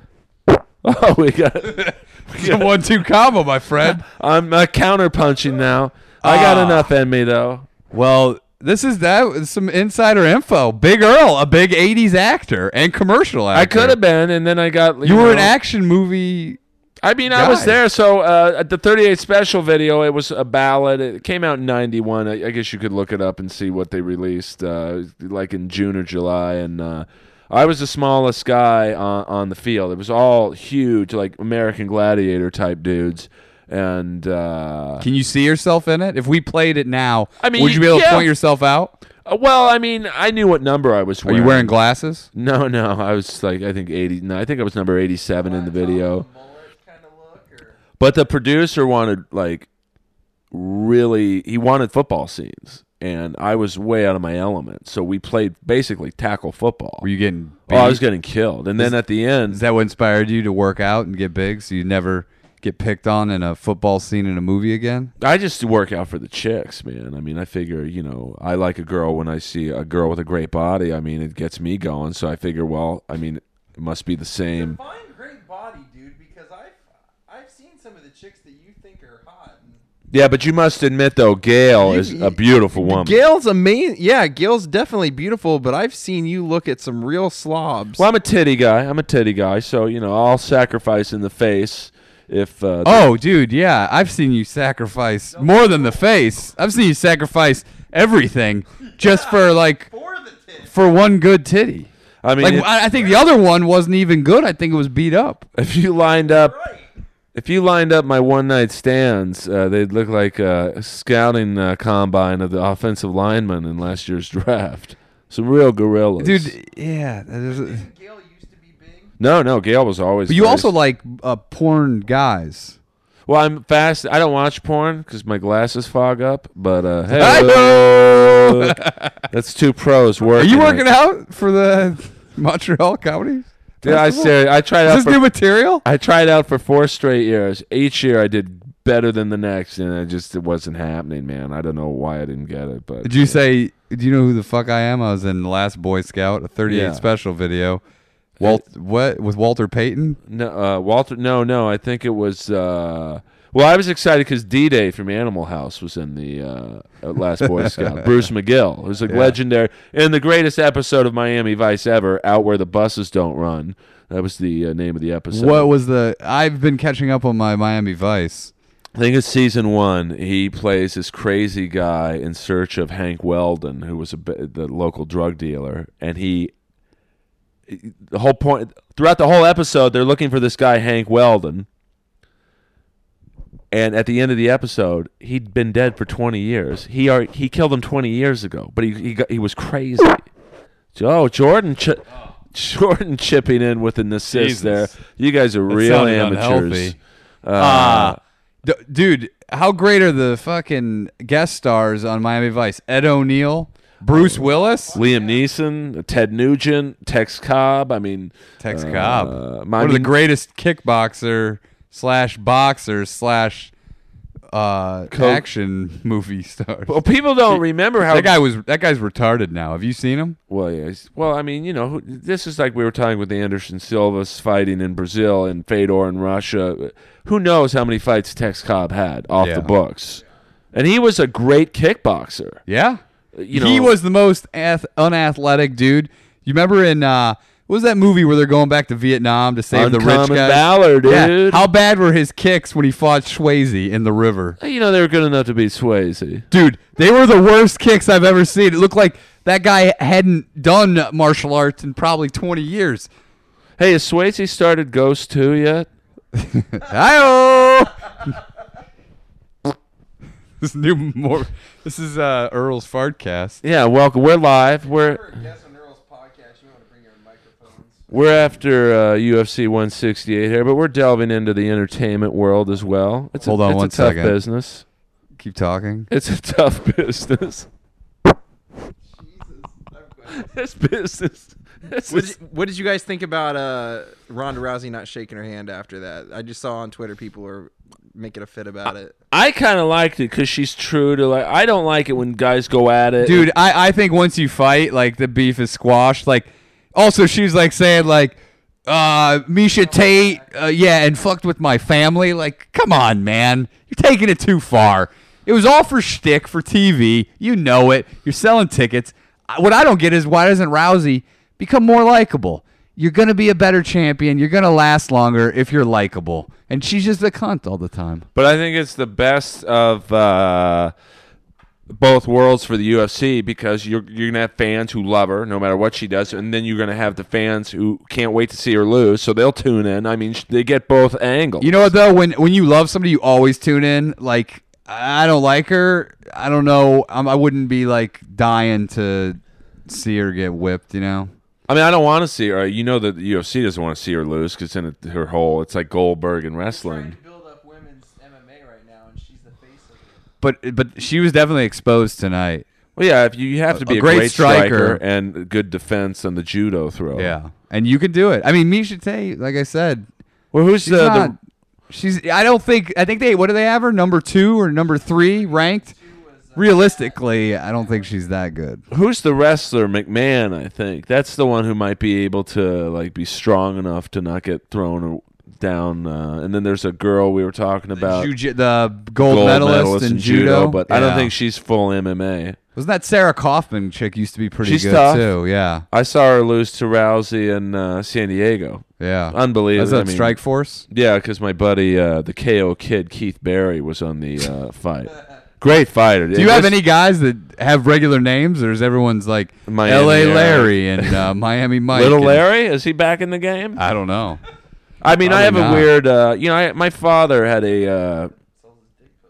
Speaker 1: [laughs] Oh, we got.
Speaker 2: It's a one-two combo, my friend.
Speaker 1: I'm uh, counter punching now. I got
Speaker 2: Ah.
Speaker 1: enough in me though.
Speaker 2: Well, this is that is some insider info. Big Earl, a big '80s actor and commercial actor.
Speaker 1: I could have been, and then I got.
Speaker 2: You were an
Speaker 1: know-
Speaker 2: action movie.
Speaker 1: I mean, I was
Speaker 2: guy.
Speaker 1: there. So uh, at the 38 special video, it was a ballad. It came out in 91. I, I guess you could look it up and see what they released, uh, like in June or July. And uh, I was the smallest guy on, on the field. It was all huge, like American Gladiator type dudes. And uh,
Speaker 2: Can you see yourself in it? If we played it now,
Speaker 1: I mean,
Speaker 2: would you be able to
Speaker 1: yeah.
Speaker 2: point yourself out?
Speaker 1: uh, well, I mean, I knew what number I was
Speaker 2: Are
Speaker 1: wearing.
Speaker 2: you wearing glasses?
Speaker 1: No, no. I was like, I think 80. No, I think I was number 87 in the video.
Speaker 4: kind of look. Or
Speaker 1: But the producer wanted like really he wanted football scenes and I was way out of my element. So we played basically tackle football.
Speaker 2: Were you getting? Big?
Speaker 1: oh, I was getting killed. And then at the
Speaker 2: Is
Speaker 1: end
Speaker 2: that what inspired you to work out and get big, so you never get picked on in a football scene in a movie again?
Speaker 1: I just work out for the chicks, man. I mean, I figure, you know, I like a girl when I see a girl with a great body. I mean, it gets me going. So I figure, well, I mean, it must be the same.
Speaker 4: Define great body, dude, because I've I've seen some of the chicks that you think are hot. And
Speaker 1: Yeah, but you must admit though, Gail is a beautiful woman.
Speaker 3: Gail's amazing. Yeah, Gail's definitely beautiful, but I've seen you look at some real slobs.
Speaker 1: Well, I'm a titty guy. I'm a titty guy, so you know I'll sacrifice in the face if. Uh,
Speaker 2: Oh, dude, yeah, I've seen you sacrifice more than the face. I've seen you sacrifice everything just
Speaker 4: [laughs]
Speaker 2: for like
Speaker 4: for the tits.
Speaker 2: for one good titty.
Speaker 1: I mean,
Speaker 2: Like
Speaker 1: if,
Speaker 2: I I think the other one wasn't even good. I think it was beat up.
Speaker 1: if you lined up,
Speaker 4: Right.
Speaker 1: if you lined up my one night stands, uh, they'd look like a scouting uh, combine of the offensive linemen in last year's draft. Some real gorillas,
Speaker 2: Dude, yeah. that is-
Speaker 4: Gail used to be big.
Speaker 1: No, no, Gail was always.
Speaker 2: But you
Speaker 1: nice.
Speaker 2: also like uh, porn guys.
Speaker 1: Well, I'm fast. I don't watch porn because my glasses fog up. But
Speaker 2: [laughs]
Speaker 1: uh, hey,
Speaker 2: know.
Speaker 1: look, that's two pros
Speaker 2: Are
Speaker 1: working.
Speaker 2: you working out for the [laughs] Montreal Comedy?
Speaker 1: Dude, I
Speaker 2: Festival?
Speaker 1: ser- I tried out.
Speaker 2: Is this
Speaker 1: for-
Speaker 2: new material?
Speaker 1: I tried out for four straight years. Each year I did better than the next, and I just it wasn't happening, man. I don't know why I didn't get it, but
Speaker 2: Did you say? Do you know who the fuck I am? I was in the last Boy Scout, a 38
Speaker 1: Yeah.
Speaker 2: special video. Walt, what with Walter Payton?
Speaker 1: no, uh, Walter? No, no. I think it was. Uh, well, I was excited because D Day from Animal House was in the uh, uh, Last Boy
Speaker 2: [laughs]
Speaker 1: Scout. Bruce McGill, who's like legendary in the greatest episode of Miami Vice ever, out where the buses don't run. That was the uh, name of the episode.
Speaker 2: What was the? I've been catching up on my Miami Vice.
Speaker 1: I think it's season one. He plays this crazy guy in search of Hank Weldon, who was a, bi- the local drug dealer, and he. The whole point throughout the whole episode, they're looking for this guy Hank Weldon, And at the end of the episode, he'd been dead for 20 years. He are, he killed him 20 years ago, but he he, got, he was crazy. Oh, Jordan chi- Jordan chipping in with an assist
Speaker 2: Jesus.
Speaker 1: there. You guys are
Speaker 2: That
Speaker 1: real
Speaker 2: sounded
Speaker 1: amateurs.
Speaker 2: unhealthy.
Speaker 1: Ah.
Speaker 2: Uh, d- dude, how great are the fucking guest stars on Miami Vice? Ed O'Neill, Bruce Willis,
Speaker 1: Liam Neeson, Ted Nugent, Tex Cobb. I mean,
Speaker 2: Tex
Speaker 1: uh,
Speaker 2: Cobb,
Speaker 1: my-
Speaker 2: one of the greatest kickboxer slash boxer slash uh,
Speaker 1: Co-
Speaker 2: action movie stars.
Speaker 1: Well, people don't remember how
Speaker 2: that guy was. That guy's retarded now. Have you seen him?
Speaker 1: Well, yes. Well, I mean, you know, who- this is like we were talking with Anderson Silva's fighting in Brazil and Fedor in Russia. Who knows how many fights Tex Cobb had off
Speaker 2: Yeah.
Speaker 1: the books? And he was a great kickboxer.
Speaker 2: Yeah.
Speaker 1: You know,
Speaker 2: he was the most ath- unathletic dude. You remember in uh, what was that movie where they're going back to Vietnam to save the rich
Speaker 1: Uncommon
Speaker 2: guy?
Speaker 1: valor, dude.
Speaker 2: How bad were his kicks when he fought Swayze in the river?
Speaker 1: You know, they were good enough to beat Swayze.
Speaker 2: Dude, they were the worst kicks I've ever seen. It looked like that guy hadn't done martial arts in probably 20 years. [laughs]
Speaker 1: Hey, has Swayze started Ghost 2 yet?
Speaker 2: hi [laughs] This new more this is uh, Earl's Fartcast.
Speaker 1: Yeah, welcome. We're live. We're
Speaker 4: Guess on Earl's podcast, you know how to bring your microphones.
Speaker 1: we're after uh, UFC 168 here, but we're delving into the entertainment world as well. It's
Speaker 2: Hold
Speaker 1: a,
Speaker 2: on
Speaker 1: it's a
Speaker 2: one
Speaker 1: tough
Speaker 2: second.
Speaker 1: business.
Speaker 2: Keep talking.
Speaker 1: It's a tough [laughs] business.
Speaker 4: Jesus, I have questions.
Speaker 1: This business. This
Speaker 4: What
Speaker 1: is,
Speaker 4: did, you, what did you guys think about uh, Ronda Rousey not shaking her hand after that? I just saw on Twitter people were making a fit about it.
Speaker 1: I kind of liked it because she's true to like. I don't like it when guys go at it,
Speaker 2: dude I, I think once you fight like the beef is squashed like also she was like saying like uh misha tate uh, yeah and fucked with my family like come on man you're taking it too far it was all for shtick for tv you know it you're selling tickets I- what i don't get is why doesn't rousey become more likable you're gonna be a better champion you're gonna last longer if you're likable and she's just a cunt all the time
Speaker 1: But I think it's the best of uh, both worlds for the UFC because you're you're gonna have fans who love her no matter what she does, and then you're gonna have the fans who can't wait to see her lose, so they'll tune in. I mean, sh- they get both angles.
Speaker 2: You know what though? When when you love somebody, you always tune in. Like I don't like her. I don't know. I'm, I wouldn't be like dying to see her get whipped. You know.
Speaker 1: I mean, I don't want to see her. You know that the UFC doesn't want to see her lose because in it- her whole it's like Goldberg and wrestling.
Speaker 4: build up women's MMA right now, and she's the face of it.
Speaker 2: But but she was definitely exposed tonight.
Speaker 1: Well, yeah, if you, you have to be a, great, striker, and good defense on the judo throw.
Speaker 2: Yeah, and you can do it. I mean, Misha Tate, like I said,
Speaker 1: Well, who's
Speaker 2: she's
Speaker 1: the,
Speaker 2: not. she's. I don't think. I think they. What do they have her? Number two or number three ranked?
Speaker 4: uh,
Speaker 2: Realistically, I don't think she's that good.
Speaker 1: the who's the wrestler McMahon? I think that's the one who might be able to like be strong enough to not get thrown or- down. Uh, and then there's a girl we were talking about,
Speaker 2: Juji- the gold, medalist, in judo,
Speaker 1: but I don't
Speaker 2: Yeah.
Speaker 1: think she's full MMA.
Speaker 2: Wasn't that Sarah Kaufman chick used to be pretty
Speaker 1: She's
Speaker 2: good
Speaker 1: tough.
Speaker 2: too? Yeah,
Speaker 1: I saw her lose to Rousey in uh, San Diego.
Speaker 2: yeah.
Speaker 1: Unbelievable.
Speaker 2: Is that
Speaker 1: I mean,
Speaker 2: Strike Force?
Speaker 1: Yeah, because my buddy, uh, the KO kid Keith Barry, was on the uh, fight. Great fighter.
Speaker 2: Do you have any guys that have regular names, or is everyone's like
Speaker 1: Miami
Speaker 2: L.A.
Speaker 1: Larry. [laughs]
Speaker 2: Larry and uh, Miami Mike?
Speaker 1: Little
Speaker 2: and-
Speaker 1: Larry? Is he back in the game?
Speaker 2: I don't know.
Speaker 1: I mean, I
Speaker 2: Probably
Speaker 1: have
Speaker 2: not.
Speaker 1: a weird, uh, you know, I, my father had a, uh,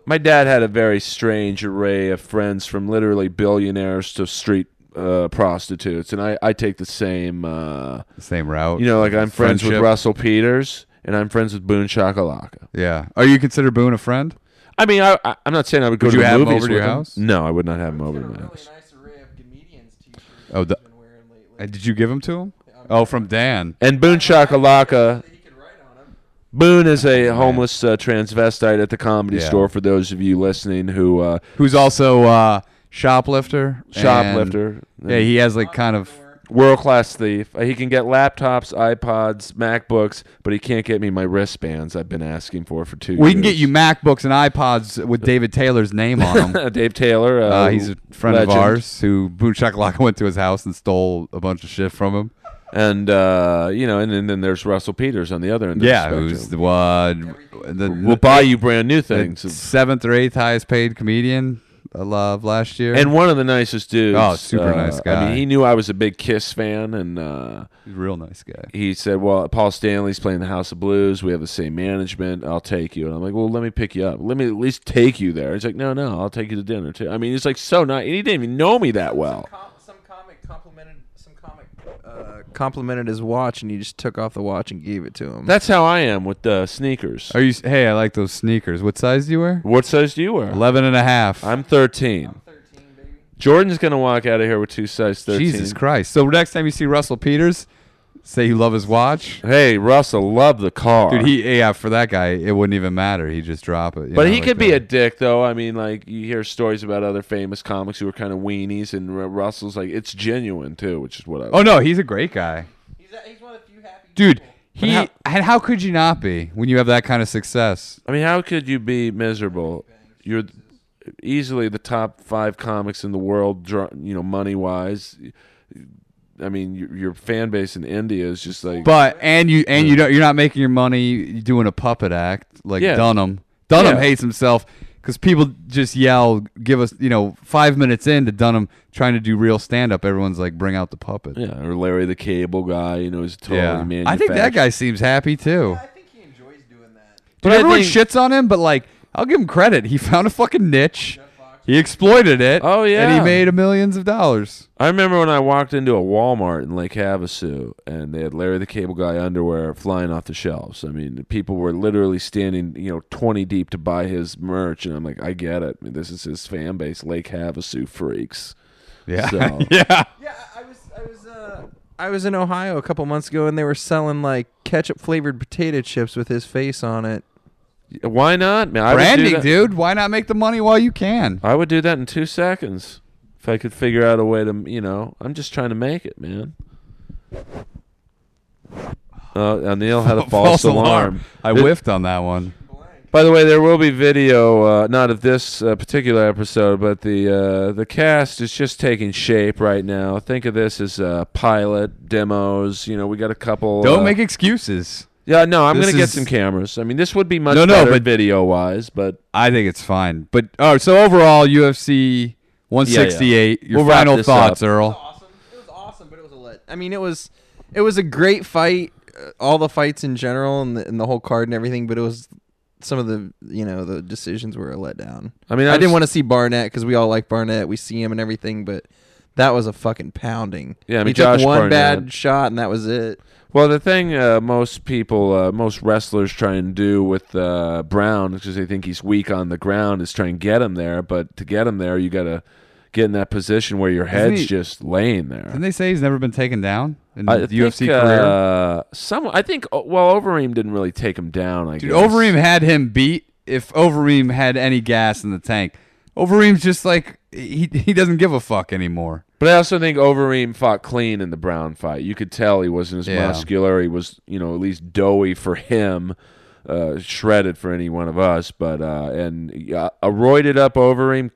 Speaker 1: my dad had a very strange array of friends from literally billionaires to street uh, prostitutes, and I, I take the same, uh,
Speaker 2: Same route.
Speaker 1: you know, like I'm friends with
Speaker 2: Friendship.
Speaker 1: Russell Peters and I'm friends with Boone Chakalaka.
Speaker 2: Yeah. Are you consider Boone a friend?
Speaker 1: I mean, I, I, I'm not saying I would go
Speaker 2: Would
Speaker 1: to
Speaker 2: you
Speaker 1: the
Speaker 2: have him
Speaker 1: movies
Speaker 2: over to
Speaker 1: with
Speaker 2: your
Speaker 1: him.
Speaker 2: house?
Speaker 1: No, I would not have him over
Speaker 4: Got
Speaker 1: to
Speaker 4: a
Speaker 1: my
Speaker 4: really
Speaker 1: house.
Speaker 4: nice array of comedians t-shirts
Speaker 2: Oh, the-
Speaker 4: he's been wearing
Speaker 2: Uh,
Speaker 4: lately.
Speaker 2: Did you give him to him? Oh, from Dan.
Speaker 1: And Boone Chakalaka.
Speaker 4: He could write on 'em.
Speaker 1: Boone is a homeless uh, transvestite at the comedy
Speaker 2: Yeah.
Speaker 1: store. For those of you listening who uh,
Speaker 2: Who's also uh, shoplifter. and-
Speaker 1: shoplifter,
Speaker 2: yeah, he has like kind of.
Speaker 1: World class thief. Uh, He can get laptops, iPods, MacBooks, but he can't get me my wristbands I've been asking for for two years.
Speaker 2: We can get
Speaker 1: [laughs]
Speaker 2: you MacBooks and iPods with David Taylor's name on them.
Speaker 1: Dave Taylor. Uh,
Speaker 2: Uh, he's a friend
Speaker 1: legend.
Speaker 2: of ours who Boone Shakalaka went to his house and stole a bunch of shit from him.
Speaker 1: And, uh, you know, and, then then there's Russell Peters on the other end
Speaker 2: Yeah,
Speaker 1: of the
Speaker 2: who's
Speaker 1: spectrum.
Speaker 2: the one? The,
Speaker 1: We'll buy you brand new
Speaker 2: the
Speaker 1: things.
Speaker 2: seventh or eighth highest paid comedian I love last year.
Speaker 1: And one of the nicest dudes. uh,
Speaker 2: Oh, super nice
Speaker 1: I
Speaker 2: guy.
Speaker 1: mean, he knew I was a big Kiss fan, and uh,
Speaker 2: He's a real nice guy.
Speaker 1: he said, "Well, Paul Stanley's playing the House of Blues. We have the same management. I'll take you." And I'm like, "Well, let me pick you up. Let me at least take you there." He's like, "No, no, I'll take you to dinner too." I mean, he's like so nice, and he didn't even know me that well.
Speaker 4: Com- some comic complimented some comic uh, complimented his watch, and he just took off the watch and gave it to him.
Speaker 1: That's how I am with uh, sneakers.
Speaker 2: Are you? s- Hey, I like those sneakers. What size do you wear?
Speaker 1: What size do you wear?
Speaker 2: 11 and a half.
Speaker 1: I'm 13.
Speaker 4: Thirteen, baby.
Speaker 1: Jordan's gonna walk out of here with two size 13.
Speaker 2: Jesus Christ. So next time you see Russell Peters, say you love his watch.
Speaker 1: Hey, Russell, love the car,
Speaker 2: Dude, he yeah, for that guy, it wouldn't even matter. He'd just drop it. you
Speaker 1: But
Speaker 2: know,
Speaker 1: he
Speaker 2: like
Speaker 1: could be
Speaker 2: that.
Speaker 1: a dick, though. I mean, like you hear stories about other famous comics who are kind of weenies, and Ru- Russell's like it's genuine too, which is what I.
Speaker 2: Oh no, he's a great guy.
Speaker 4: He's, a, he's one of the few happy.
Speaker 2: Dude,
Speaker 4: people.
Speaker 2: he
Speaker 1: how-
Speaker 2: and how could you not be when you have that kind of success?
Speaker 1: I mean, how could you be miserable? You're easily the top five comics in the world, dr- you know, money wise. I mean, your, your fan base in India is just like.
Speaker 2: But and you and you don't you're not making your money doing a puppet act like
Speaker 1: Yeah.
Speaker 2: Dunham. Dunham
Speaker 1: Yeah.
Speaker 2: hates himself because people just yell, give us you know five minutes into Dunham trying to do real stand up. Everyone's like, bring out the puppet.
Speaker 1: yeah, or Larry the Cable Guy, you know, is totally manufactured.
Speaker 2: I think that guy seems happy too.
Speaker 4: I think he enjoys doing that.
Speaker 2: Dude,
Speaker 1: But I
Speaker 2: everyone
Speaker 1: think-
Speaker 2: shits on him, but like, I'll give him credit. He [laughs] found a fucking niche. He exploited it.
Speaker 1: Oh,
Speaker 2: and he
Speaker 1: yeah.
Speaker 2: made millions of dollars.
Speaker 1: I remember when I walked into a Walmart in Lake Havasu and they had Larry the Cable Guy underwear flying off the shelves. I mean, people were literally standing, you know, 20 deep to buy his merch. And I'm like, I get it. I mean, this is his fan base, Lake Havasu freaks.
Speaker 2: [laughs] Yeah,
Speaker 1: So-
Speaker 2: yeah.
Speaker 4: Yeah, I I was, I was, uh, I was in Ohio a couple months ago, and they were selling like ketchup flavored potato chips with his face on it.
Speaker 1: Why not? Man, I would do
Speaker 2: Branding,
Speaker 1: that-
Speaker 2: dude. Why not make the money while you can?
Speaker 1: I would do that in two seconds if I could figure out a way to, you know, I'm just trying to make it, man. Uh, Neil
Speaker 2: [laughs]
Speaker 1: had a [laughs] false, alarm.
Speaker 2: I
Speaker 1: Th-
Speaker 2: whiffed on that one.
Speaker 1: By the way, there will be video, uh, not of this uh, particular episode, but the uh, the cast is just taking shape right now. Think of this as a pilot demos. You know, we got a couple.
Speaker 2: Don't
Speaker 1: uh,
Speaker 2: make excuses.
Speaker 1: Yeah, no, I'm
Speaker 2: this
Speaker 1: gonna get
Speaker 2: is-
Speaker 1: some cameras. I mean, this would be much
Speaker 2: No, no,
Speaker 1: better
Speaker 2: but-
Speaker 1: video wise, but
Speaker 2: I think it's fine. But all right, so overall, UFC 168. Your
Speaker 1: We'll wrap
Speaker 2: final
Speaker 1: this
Speaker 2: thoughts,
Speaker 1: up.
Speaker 2: Earl?
Speaker 4: Awesome. It was awesome, but it was a let. I mean, it was, it was a great fight. Uh, all the fights in general, and the, and the whole card and everything, but it was. Some of the you know the decisions were a letdown.
Speaker 1: I mean, I,
Speaker 4: I, didn't
Speaker 1: want
Speaker 4: want to see Barnett because we all like Barnett. We see him and everything, but that was a fucking pounding.
Speaker 1: Yeah, I mean,
Speaker 4: he
Speaker 1: Josh
Speaker 4: took one
Speaker 1: Barnett-
Speaker 4: bad shot and that was it.
Speaker 1: Well, the thing uh, most people, uh, most wrestlers try and do with uh, Brown because they think he's weak on the ground is try and get him there. But to get him there, you got to get in that position where your head's
Speaker 2: he-
Speaker 1: just laying there.
Speaker 2: Didn't they say he's never been taken down in
Speaker 1: I
Speaker 2: the
Speaker 1: think,
Speaker 2: UFC career?
Speaker 1: Uh, some, I think. oh, Well, Overeem didn't really take him down. I
Speaker 2: Dude,
Speaker 1: guess.
Speaker 2: Overeem had him beat if Overeem had any gas in the tank. Overeem's just like he he doesn't give a fuck anymore.
Speaker 1: But I also think Overeem fought clean in the Brown fight. You could tell he wasn't as
Speaker 2: Yeah.
Speaker 1: muscular. He was, you know, at least doughy for him, uh, shredded for any one of us. But uh, and uh, a roided up Overeem,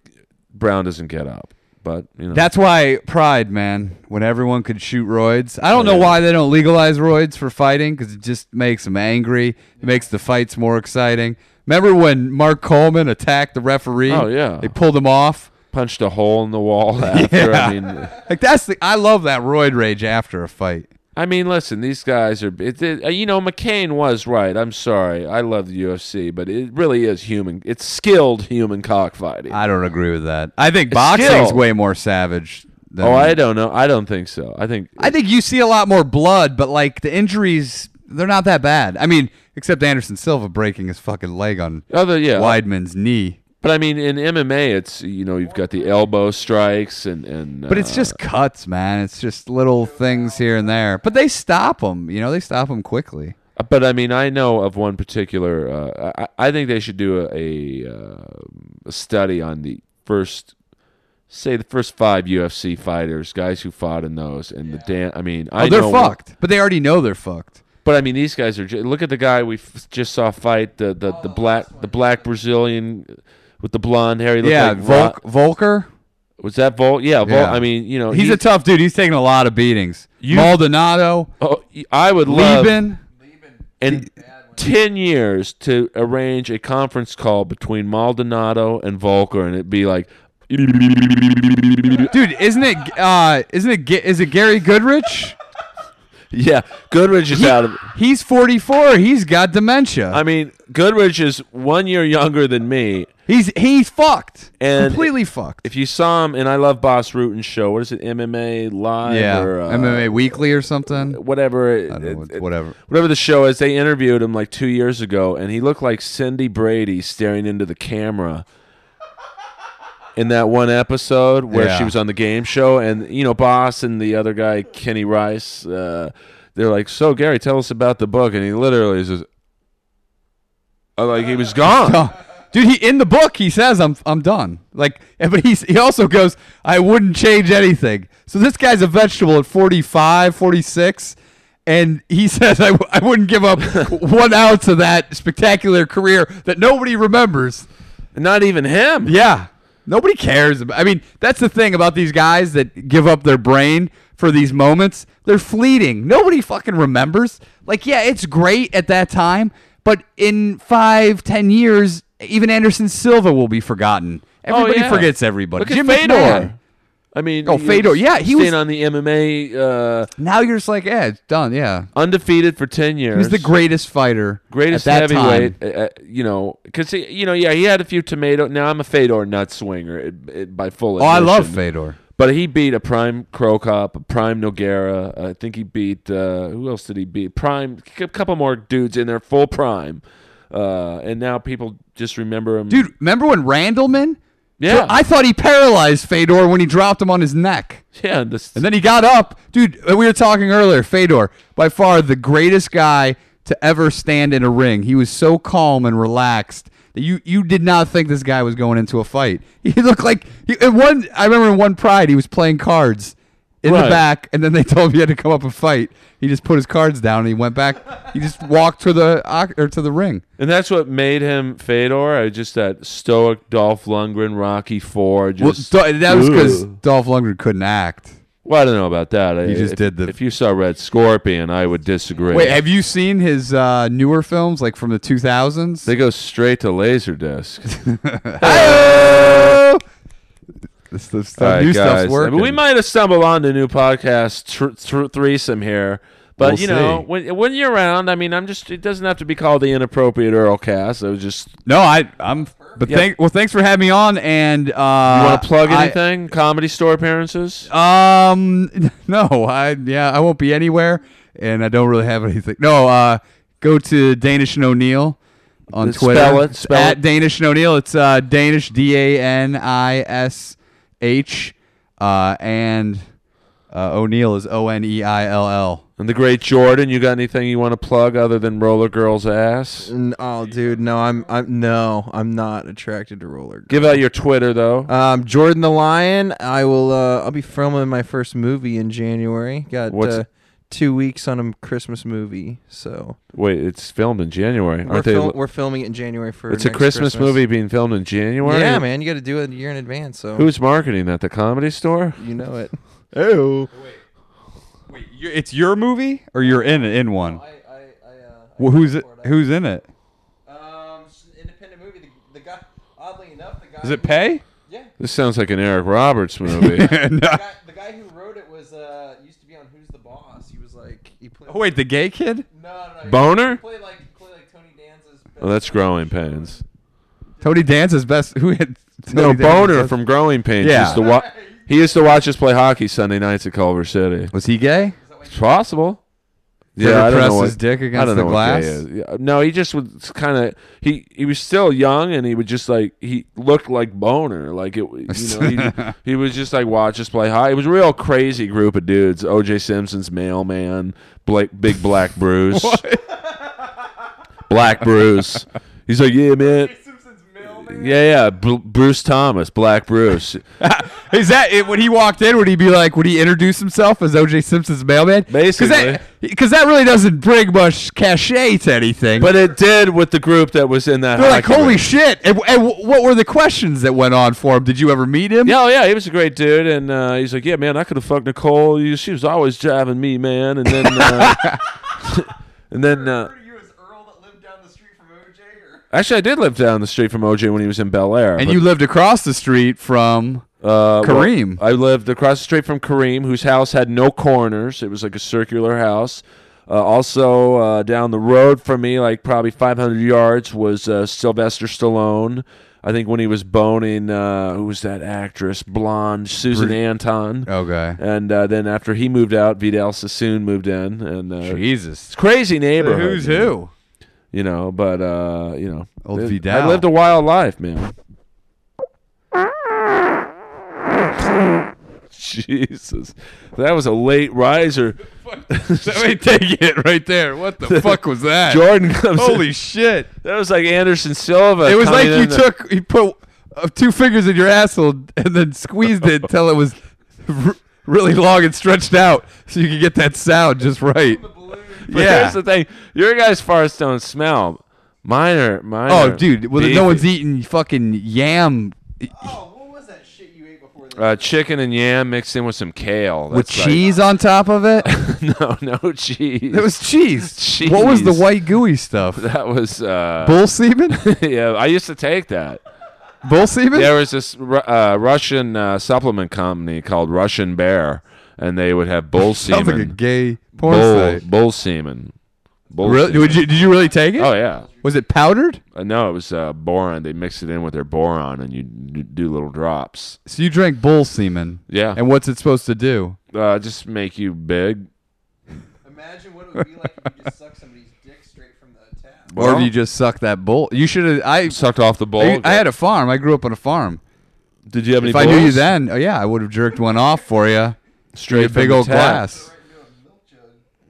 Speaker 1: Brown doesn't get up. But you know,
Speaker 2: That's why Pride, man, when everyone could shoot roids. I don't know
Speaker 1: Yeah.
Speaker 2: why they don't legalize roids for fighting because it just makes them angry. It makes the fights more exciting. Remember when Mark Coleman attacked the referee?
Speaker 1: Oh, yeah.
Speaker 2: They pulled him off.
Speaker 1: punched a hole in the wall after. I mean,
Speaker 2: like that's the I love that roid rage after a fight.
Speaker 1: I mean, listen, these guys are. It, it, uh, you know, McCain was right. I'm sorry. I love the UFC, but it really is human. It's skilled human cockfighting.
Speaker 2: I don't agree with that. I think
Speaker 1: It's
Speaker 2: boxing's
Speaker 1: skill.
Speaker 2: way more savage than
Speaker 1: oh, I don't know. I don't think so. I think.
Speaker 2: I think you see a lot more blood, but like the injuries, they're not that bad. I mean, except Anderson Silva breaking his fucking leg on
Speaker 1: other yeah,
Speaker 2: Weidman's knee.
Speaker 1: but I mean in MMA, it's you know you've got the elbow strikes and and
Speaker 2: But it's
Speaker 1: uh,
Speaker 2: just cuts, man. It's just little things here and there. But they stop them. You know, they stop them quickly.
Speaker 1: But I mean, I know of one particular. Uh, I, I think they should do a, a, uh, a study on the first, say the first five UFC fighters, guys who fought in those, and the damn. I mean,
Speaker 2: Oh,
Speaker 1: I
Speaker 2: they're
Speaker 1: know-
Speaker 2: fucked. But they already know they're fucked.
Speaker 1: But I mean, these guys are. ju- Look at the guy we f- just saw fight the the, the black the black Brazilian with the blonde hair. He looked
Speaker 2: Yeah,
Speaker 1: like
Speaker 2: Volk,
Speaker 1: Ro-
Speaker 2: Volker.
Speaker 1: was that Volk? Yeah, Volk.
Speaker 2: Yeah.
Speaker 1: I mean, you know,
Speaker 2: He's
Speaker 1: he-
Speaker 2: a tough dude. He's taking a lot of beatings.
Speaker 1: You-
Speaker 2: Maldonado,
Speaker 1: Oh, I would love.
Speaker 2: Lieben.
Speaker 1: and 10 years to arrange a conference call between Maldonado and Volker and it'd be like
Speaker 2: Dude, isn't it? Uh, isn't it? Ga- Is it Gary Goodrich?
Speaker 1: yeah, Goodrich is
Speaker 2: He-
Speaker 1: out of.
Speaker 2: he's 44. He's got dementia.
Speaker 1: I mean, Goodrich is one year younger than me.
Speaker 2: he's he's fucked.
Speaker 1: And-
Speaker 2: completely fucked.
Speaker 1: If you saw him, and I love Boss Rootin' show. What is it? MMA live
Speaker 2: yeah,
Speaker 1: or uh,
Speaker 2: MMA Weekly or something.
Speaker 1: whatever.
Speaker 2: I don't know,
Speaker 1: it- it-
Speaker 2: whatever.
Speaker 1: whatever the show is, they interviewed him like two years ago, and he looked like Cindy Brady staring into the camera in that one episode where
Speaker 2: Yeah.
Speaker 1: she was on the game show. And, you know, Boss and the other guy, Kenny Rice, uh, they're like, So, Gary, tell us about the book. And he literally is just, uh, like, he was
Speaker 2: [laughs]
Speaker 1: gone.
Speaker 2: Oh, dude, he in the book he says I'm I'm done. Like, and- but he's, he also goes I wouldn't change anything. So this guy's a vegetable at 45, 46, and he [laughs] says I, w- I wouldn't
Speaker 1: [laughs]
Speaker 2: give up one ounce of that spectacular career that nobody remembers.
Speaker 1: Not even him.
Speaker 2: Yeah. Nobody cares. About, I mean, that's the thing about these guys that give up their brain for these moments. They're fleeting. Nobody fucking remembers. Like, yeah, it's great at that time, but in five, ten years, even Anderson Silva will be forgotten. Everybody
Speaker 1: Oh, yeah.
Speaker 2: forgets everybody.
Speaker 1: Look at
Speaker 2: Jim
Speaker 1: Fedor.
Speaker 2: McMahon.
Speaker 1: I mean,
Speaker 2: Oh,
Speaker 1: he
Speaker 2: Fedor,
Speaker 1: was
Speaker 2: yeah, he was-
Speaker 1: staying on the MMA, uh,
Speaker 2: Now you're just like, yeah, it's done. Yeah.
Speaker 1: undefeated for 10 years.
Speaker 2: He was the greatest fighter.
Speaker 1: greatest
Speaker 2: at that
Speaker 1: heavyweight.
Speaker 2: Time.
Speaker 1: uh, Uh, you know, because you know, yeah, he had a few tomato. Now I'm a Fedor nut swinger it, it, by full.
Speaker 2: Oh, I love
Speaker 1: admission.
Speaker 2: Fedor.
Speaker 1: But he beat a prime Krokop, a prime Noguera. I think he beat uh, who else did he beat? Prime, a couple more dudes in there, full prime. Uh, and now people just remember him,
Speaker 2: Dude, remember when Randleman?
Speaker 1: Yeah.
Speaker 2: I thought he paralyzed Fedor when he dropped him on his neck.
Speaker 1: Yeah, and this,
Speaker 2: And then he got up. Dude, uh, we were talking earlier, Fedor, by far the greatest guy to ever stand in a ring. He was so calm and relaxed that you, you did not think this guy was going into a fight. [laughs] He looked like he, in one I remember in one pride he was playing cards in
Speaker 1: Right.
Speaker 2: the back and then they [laughs] told him he had to come up and fight. He just put his cards down and he went back. He just walked to the oc- or to the ring.
Speaker 1: and that's what made him Fedor. I just that stoic Dolph Lundgren, Rocky Four. Just
Speaker 2: well, Dol- that was because
Speaker 1: Ugh.
Speaker 2: Dolph Lundgren couldn't act.
Speaker 1: Well, I don't know about that. I-
Speaker 2: You just
Speaker 1: if-
Speaker 2: did the-
Speaker 1: If you saw Red Scorpion, I would disagree.
Speaker 2: Wait, have you seen his uh, newer films like from the 2000s?
Speaker 1: They go straight to Laserdisc.
Speaker 2: This, this
Speaker 1: All right,
Speaker 2: new
Speaker 1: guys.
Speaker 2: stuff's
Speaker 1: I
Speaker 2: working.
Speaker 1: mean, we might have stumbled on the new podcast tr- thr- threesome here, but
Speaker 2: We'll
Speaker 1: you know,
Speaker 2: see.
Speaker 1: when when you're around, I mean, I'm just. It doesn't have to be called the inappropriate Earl Cast. I was just.
Speaker 2: no, I, I'm. But
Speaker 1: Yeah.
Speaker 2: thank. Well, thanks for having me on. And uh, you
Speaker 1: You want to plug anything? Comedy store appearances.
Speaker 2: um, [laughs] no, I yeah, I won't be anywhere, and I don't really have anything. No, uh, go to Danish and O'Neill on
Speaker 1: Spell
Speaker 2: Twitter.
Speaker 1: it,
Speaker 2: It's
Speaker 1: spell
Speaker 2: at
Speaker 1: it.
Speaker 2: Danish and O'Neill. It's uh, Danish D A N I S H, uh, and uh, O'Neill is O N E I L L.
Speaker 1: And the great Jordan. You got anything you want to plug other than Roller Girl's ass?
Speaker 3: N- Oh, dude, no, I'm, I'm, no, I'm not attracted to roller. Girl.
Speaker 1: Give out your Twitter though.
Speaker 3: Um, Jordan the Lion. I will. Uh, I'll be filming my first movie in January. Got
Speaker 1: What's-
Speaker 3: uh, two weeks on a Christmas movie, so
Speaker 1: Wait, it's filmed in January.
Speaker 3: we're,
Speaker 1: Aren't they?
Speaker 3: fil- we're filming it in January for.
Speaker 1: it's a
Speaker 3: next
Speaker 1: Christmas, movie being filmed in January.
Speaker 3: Yeah, man, you got to do it a year in advance. So
Speaker 1: Who's marketing that? The comedy store.
Speaker 3: you know it.
Speaker 1: Oh.
Speaker 2: Wait, you- it's your movie, or you're in in one?
Speaker 3: I, I, I, uh,
Speaker 2: Well, who's who's in it?
Speaker 3: Um, it's an independent movie. The, the guy, oddly enough, the guy.
Speaker 2: Does it pay?
Speaker 3: Yeah.
Speaker 1: This sounds like an Eric Roberts movie.
Speaker 2: [laughs] no.
Speaker 3: guy, the guy who wrote it was uh used to be on Who's the Boss. He was like he played.
Speaker 2: Oh, wait, the gay kid?
Speaker 3: No, no, no.
Speaker 1: Boner?
Speaker 3: Play like play like Tony Danza's.
Speaker 1: Oh, that's growing pains.
Speaker 2: Tony Danza's best. Who [laughs] had
Speaker 1: No,
Speaker 2: Tony Danza's
Speaker 1: Boner
Speaker 2: best-
Speaker 1: from Growing Pains.
Speaker 2: Yeah.
Speaker 1: Used to wa- he used to watch us play hockey Sunday nights at Culver City.
Speaker 2: was he gay?
Speaker 1: It's possible.
Speaker 2: Ever
Speaker 1: Yeah, I don't
Speaker 2: press
Speaker 1: know what,
Speaker 2: his dick
Speaker 1: I
Speaker 2: against
Speaker 1: don't
Speaker 2: the
Speaker 1: know what
Speaker 2: glass?
Speaker 1: gay is. Yeah, No, he just was kind of he. He was still young, and he would just like he looked like boner, like it. You know, he,
Speaker 2: [laughs]
Speaker 1: he was just like watch us play high. It was a real crazy group of dudes. O.J. Simpson's mailman, Blake, Big Black Bruce,
Speaker 2: [laughs]
Speaker 1: Black Bruce. He's like, yeah,
Speaker 2: [laughs]
Speaker 1: man. Yeah, yeah, Br- Bruce Thomas, Black
Speaker 2: [laughs]
Speaker 1: Bruce.
Speaker 2: Is that it? When he walked in, would he be like, would he introduce himself as O.J. Simpson's mailman?
Speaker 1: Basically.
Speaker 2: Because that, really doesn't bring much cachet to anything.
Speaker 1: but it did with the group that was in that.
Speaker 2: they're like,
Speaker 1: hockey
Speaker 2: holy
Speaker 1: ring.
Speaker 2: shit. And, and what were the questions that went on for him? Did you ever meet him?
Speaker 1: Yeah, oh, yeah, he was a great dude, and uh, he's like, yeah, man, I could have fucked Nicole. You- She was always jiving me, man, and then, uh, [laughs] and then, uh,
Speaker 4: you as Earl that lived down the street from OJ? Or?
Speaker 1: Actually, I did live down the street from OJ when he was in Bel Air.
Speaker 2: And
Speaker 1: but,
Speaker 2: you lived across the street from
Speaker 1: uh, well,
Speaker 2: Kareem.
Speaker 1: I lived across the street from Kareem, whose house had no corners. It was like a circular house. Uh, also, uh, down the road from me, like probably 500 yards, was uh, Sylvester Stallone. I think when he was boning, uh, who was that actress? Blonde, Susan Anton.
Speaker 2: okay.
Speaker 1: And uh, then after he moved out, Vidal Sassoon moved in, and uh, it's
Speaker 2: Jesus.
Speaker 1: a crazy neighborhood. [laughs]
Speaker 2: Who's who? [laughs]
Speaker 1: You know, but uh, you know,
Speaker 2: Old
Speaker 1: it-
Speaker 2: Vidal.
Speaker 1: I lived a wild life, man. [laughs] Jesus, that was a late riser.
Speaker 2: Somebody take it right there. What the fuck was that?
Speaker 1: Jordan comes. in-
Speaker 2: Holy shit!
Speaker 1: that was like Anderson Silva.
Speaker 2: It was
Speaker 1: coming
Speaker 2: like you
Speaker 1: in the-
Speaker 2: took you put uh, two fingers in your asshole and then squeezed it till it was r- really long and stretched out, so you could get that sound just right.
Speaker 1: But
Speaker 2: Yeah.
Speaker 1: here's the thing: your guys' farts don't smell. Mine are mine.
Speaker 2: Oh,
Speaker 1: are
Speaker 2: dude! Well, no one's
Speaker 1: beefy.
Speaker 2: eating fucking yam
Speaker 4: Oh, what was that shit you ate before this?
Speaker 1: Uh, chicken and yam mixed in with some kale
Speaker 2: with
Speaker 1: That's like-
Speaker 2: cheese on top of it.
Speaker 1: [laughs]
Speaker 2: [laughs]
Speaker 1: no, no cheese.
Speaker 2: It was
Speaker 1: [laughs]
Speaker 2: cheese.
Speaker 1: Cheese.
Speaker 2: What was the white
Speaker 1: [laughs]
Speaker 2: gooey stuff?
Speaker 1: that was uh, [laughs]
Speaker 2: Bull semen?
Speaker 1: yeah. I used to take that.
Speaker 2: Bull semen?
Speaker 1: There was this Ru- uh, Russian uh, supplement company called Russian Bear, and they would have bull
Speaker 2: Sounds like a
Speaker 1: semen,
Speaker 2: gay porn
Speaker 1: bull,
Speaker 2: site.
Speaker 1: bull semen, bull
Speaker 2: Really?
Speaker 1: semen.
Speaker 2: Would you, did you really take it?
Speaker 1: Oh yeah.
Speaker 2: Was it powdered?
Speaker 1: Uh, No, it was uh, boron. They mixed it in with their boron, and you d- do little drops.
Speaker 2: So you drank bull semen.
Speaker 1: Yeah,
Speaker 2: And what's it supposed to do?
Speaker 1: uh, just make you big.
Speaker 4: Imagine what it would be like if you just sucked somebody's dick straight from the tap.
Speaker 2: or
Speaker 1: Well,
Speaker 2: do you just suck that bull? You should have. I,
Speaker 1: sucked off the bowl.
Speaker 2: I I had a farm. I grew up on a farm.
Speaker 1: Did you have any?
Speaker 2: If I knew you
Speaker 1: bulls?
Speaker 2: then, oh yeah, I would have jerked one off for you.
Speaker 1: straight from
Speaker 2: big
Speaker 1: the
Speaker 2: old
Speaker 1: tap.
Speaker 2: glass.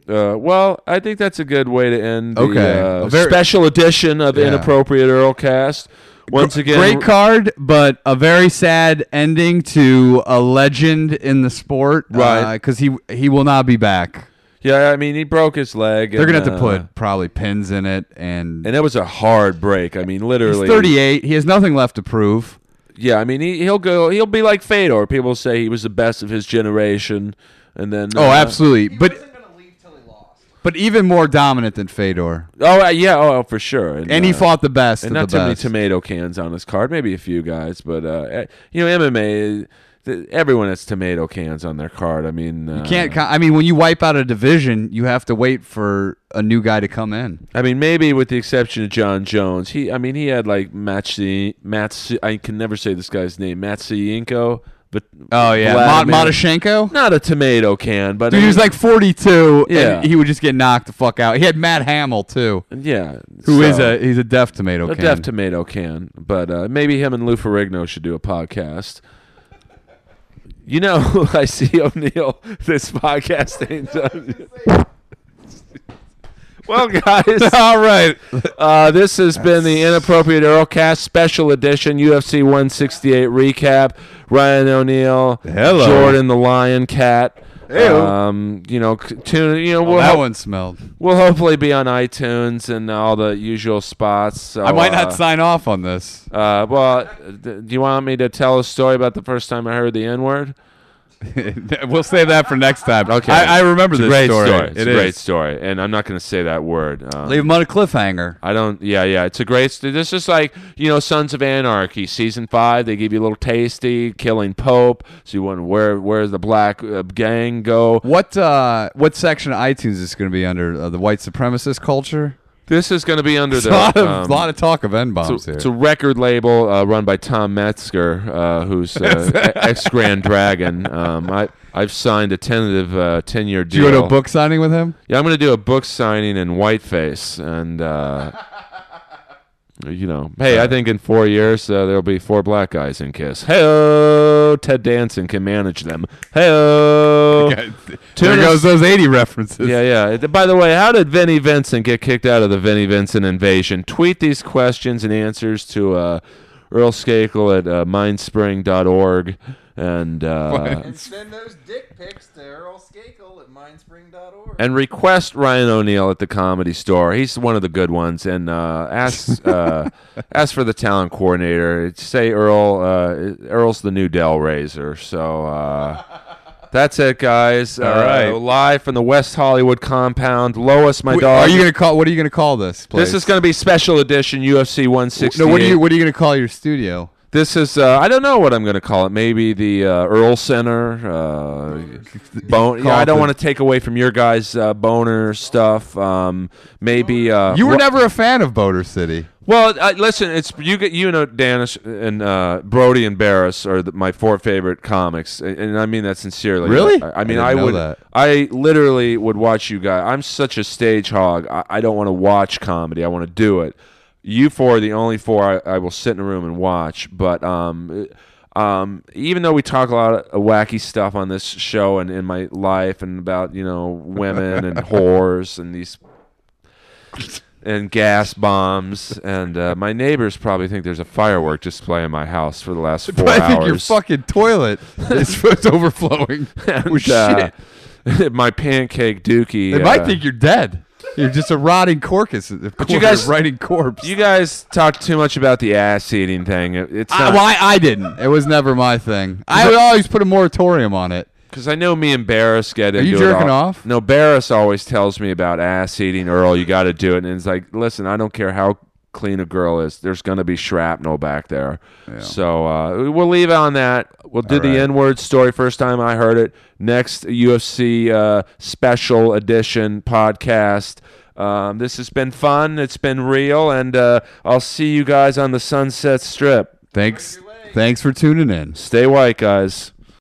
Speaker 1: Uh, well, I think that's a good way to end the
Speaker 2: Okay.
Speaker 1: uh,
Speaker 2: A very-
Speaker 1: special edition of
Speaker 2: Yeah.
Speaker 1: Inappropriate Earlcast. Once again,
Speaker 2: Great card, but a very sad ending to a legend in the sport.
Speaker 1: Right.
Speaker 2: Because he he will not be back.
Speaker 1: yeah, I mean, he broke his leg.
Speaker 2: They're
Speaker 1: and,
Speaker 2: gonna have to
Speaker 1: uh,
Speaker 2: put probably pins in it, and,
Speaker 1: and that was a hard break. I mean,
Speaker 2: he's
Speaker 1: literally,
Speaker 2: 38. He has nothing left to prove.
Speaker 1: Yeah, I mean, he, he'll go. He'll be like Fedor. People say he was the best of his generation, and then
Speaker 2: Oh,
Speaker 1: uh,
Speaker 2: absolutely.
Speaker 4: He
Speaker 2: But
Speaker 4: wasn't gonna leave till he lost.
Speaker 2: but even more dominant than Fedor,
Speaker 1: Oh, uh, yeah. Oh, for sure.
Speaker 2: and he
Speaker 1: uh,
Speaker 2: fought the best.
Speaker 1: And
Speaker 2: of
Speaker 1: not
Speaker 2: the
Speaker 1: too many
Speaker 2: best.
Speaker 1: tomato cans on his card. Maybe a few guys, but uh, eh, you know, MMA. th- Everyone has tomato cans on their card. I mean, uh,
Speaker 2: You can't. co- I mean, when you wipe out a division, you have to wait for a new guy to come in.
Speaker 1: I mean, maybe with the exception of John Jones, he. I mean, he had like Matsi. Matsi. I can never say this guy's name. Matsiyenko. But
Speaker 2: Oh yeah, Mot-
Speaker 1: Vladimir-
Speaker 2: Matoshenko.
Speaker 1: Not a tomato can, but
Speaker 2: Dude, he was like 42,
Speaker 1: Yeah.
Speaker 2: and he would just get knocked the fuck out. He had Matt Hamill too,
Speaker 1: yeah,
Speaker 2: who is
Speaker 1: so-
Speaker 2: a he's a deaf tomato.
Speaker 1: A
Speaker 2: can.
Speaker 1: deaf tomato can, but uh, maybe him and Lou Ferrigno should do a podcast. You know, [laughs] I see O'Neill [laughs] this podcast ain't done. well,
Speaker 2: [laughs]
Speaker 1: guys,
Speaker 2: All right,
Speaker 1: uh, this has been the inappropriate Earlcast special edition UFC 168 recap. Ryan O'Neill,
Speaker 2: Hello.
Speaker 1: Jordan the Lion Cat.
Speaker 2: Heyo.
Speaker 1: Um, you know, c- tune. You know, we'll,
Speaker 2: Oh, that
Speaker 1: ho-
Speaker 2: one smelled.
Speaker 1: we'll hopefully be on iTunes and all the usual spots. so,
Speaker 2: I might
Speaker 1: uh,
Speaker 2: not sign off on this. [laughs]
Speaker 1: uh, well, d- do you want me to tell a story about the first time I heard the N word?
Speaker 2: we'll save that for next time.
Speaker 1: Okay.
Speaker 2: I, I remember this
Speaker 1: Great
Speaker 2: story.
Speaker 1: story.
Speaker 2: It
Speaker 1: It's a
Speaker 2: is.
Speaker 1: great story, and I'm not going to say that word. Um,
Speaker 2: Leave him on a cliffhanger.
Speaker 1: I don't. Yeah, yeah. It's a great. St- this is like you know, Sons of Anarchy, season five. They give you a little tasty, killing Pope. So you wonder where where's the black uh, gang go?
Speaker 2: What uh, what section of iTunes is this going to be under? Uh, the white supremacist culture.
Speaker 1: This is going to be under
Speaker 2: There's
Speaker 1: the
Speaker 2: a lot of,
Speaker 1: um,
Speaker 2: lot of talk of n bombs
Speaker 1: It's a,
Speaker 2: here.
Speaker 1: it's a record label uh, run by Tom Metzger, uh, who's
Speaker 2: [laughs]
Speaker 1: uh, ex Grand Dragon. Um, I I've signed a tentative uh, ten year
Speaker 2: Do
Speaker 1: deal.
Speaker 2: you go to a book signing with him?
Speaker 1: Yeah, I'm gonna do a book signing in whiteface, and uh, you know, hey, I think in four years uh, there'll be four black guys in Kiss. Hey, Ted Danson can manage them. Hey,
Speaker 2: There goes those eighty references.
Speaker 1: Oh. yeah, yeah. Th- By the way, how did Vinnie Vincent get kicked out of the Vinnie Vincent invasion? Tweet these questions and answers to uh, Earl Skakel at uh, mindspring.org. And uh,
Speaker 4: And send those dick pics to Earl Skakel at mindspring.org.
Speaker 1: and request Ryan O'Neill at the comedy store. He's one of the good ones. And uh, ask
Speaker 2: [laughs]
Speaker 1: uh, ask for the talent coordinator. Say Earl uh, Earl's the new Dell Raiser. So uh, That's it, guys. All right,
Speaker 2: right.
Speaker 1: Live from the West Hollywood compound. Lois, my
Speaker 2: Wait,
Speaker 1: dog.
Speaker 2: Are you gonna call? What are you gonna call this? Place?
Speaker 1: This is going to be special edition UFC 168.
Speaker 2: No, what are you? What are you gonna call your studio?
Speaker 1: This is uh, I don't know what I'm going to call it. Maybe the uh, Earl Center. Uh, bone. Yeah, I don't
Speaker 2: the-
Speaker 1: want to take away from your guys' uh, boner stuff. Um, maybe uh,
Speaker 2: You were
Speaker 1: Ro-
Speaker 2: never a fan of Boulder City.
Speaker 1: Well, uh, listen, it's you. Get you know, Danish and uh, Brody and Barris are the, my four favorite comics, and, and I mean that sincerely.
Speaker 2: Really?
Speaker 1: I, I mean,
Speaker 2: I
Speaker 1: I,
Speaker 2: didn't know
Speaker 1: would.
Speaker 2: that.
Speaker 1: I literally would watch you guys. I'm such a stage hog. I, I don't want to watch comedy. I want to do it. You four are the only four I, I will sit in a room and watch. But um, um, even though we talk a lot of wacky stuff on this show and in my life and about you know women and [laughs] whores and these and gas bombs. And uh, my neighbors probably think there's a firework display in my house for the last four
Speaker 2: [laughs] I
Speaker 1: hours.
Speaker 2: think your
Speaker 1: [laughs]
Speaker 2: fucking toilet is it's overflowing.
Speaker 1: And,
Speaker 2: with shit.
Speaker 1: uh, [laughs] my pancake dookie.
Speaker 2: They might
Speaker 1: uh,
Speaker 2: think you're dead. You're just a rotting corpus. Corpus,
Speaker 1: you guys-
Speaker 2: writing corpse.
Speaker 1: you guys talk too much about the ass eating thing. It- It's
Speaker 2: I,
Speaker 1: not
Speaker 2: well, I, I didn't. It was never my thing. I would always put a moratorium on it.
Speaker 1: because I know me and Barris get into
Speaker 2: you
Speaker 1: it
Speaker 2: jerking
Speaker 1: all-
Speaker 2: off?
Speaker 1: No, Barris always tells me about ass eating. Earl, you got to do it. And it's like, listen, I don't care how clean a girl is. There's going to be shrapnel back there. So uh, we'll leave it on that. We'll do the
Speaker 2: right.
Speaker 1: N word story first time I heard it. Next UFC uh, special edition podcast. Um, this has been fun. It's been real, and uh, I'll see you guys on the Sunset Strip.
Speaker 2: Thanks. Thanks for tuning in.
Speaker 1: Stay white, guys.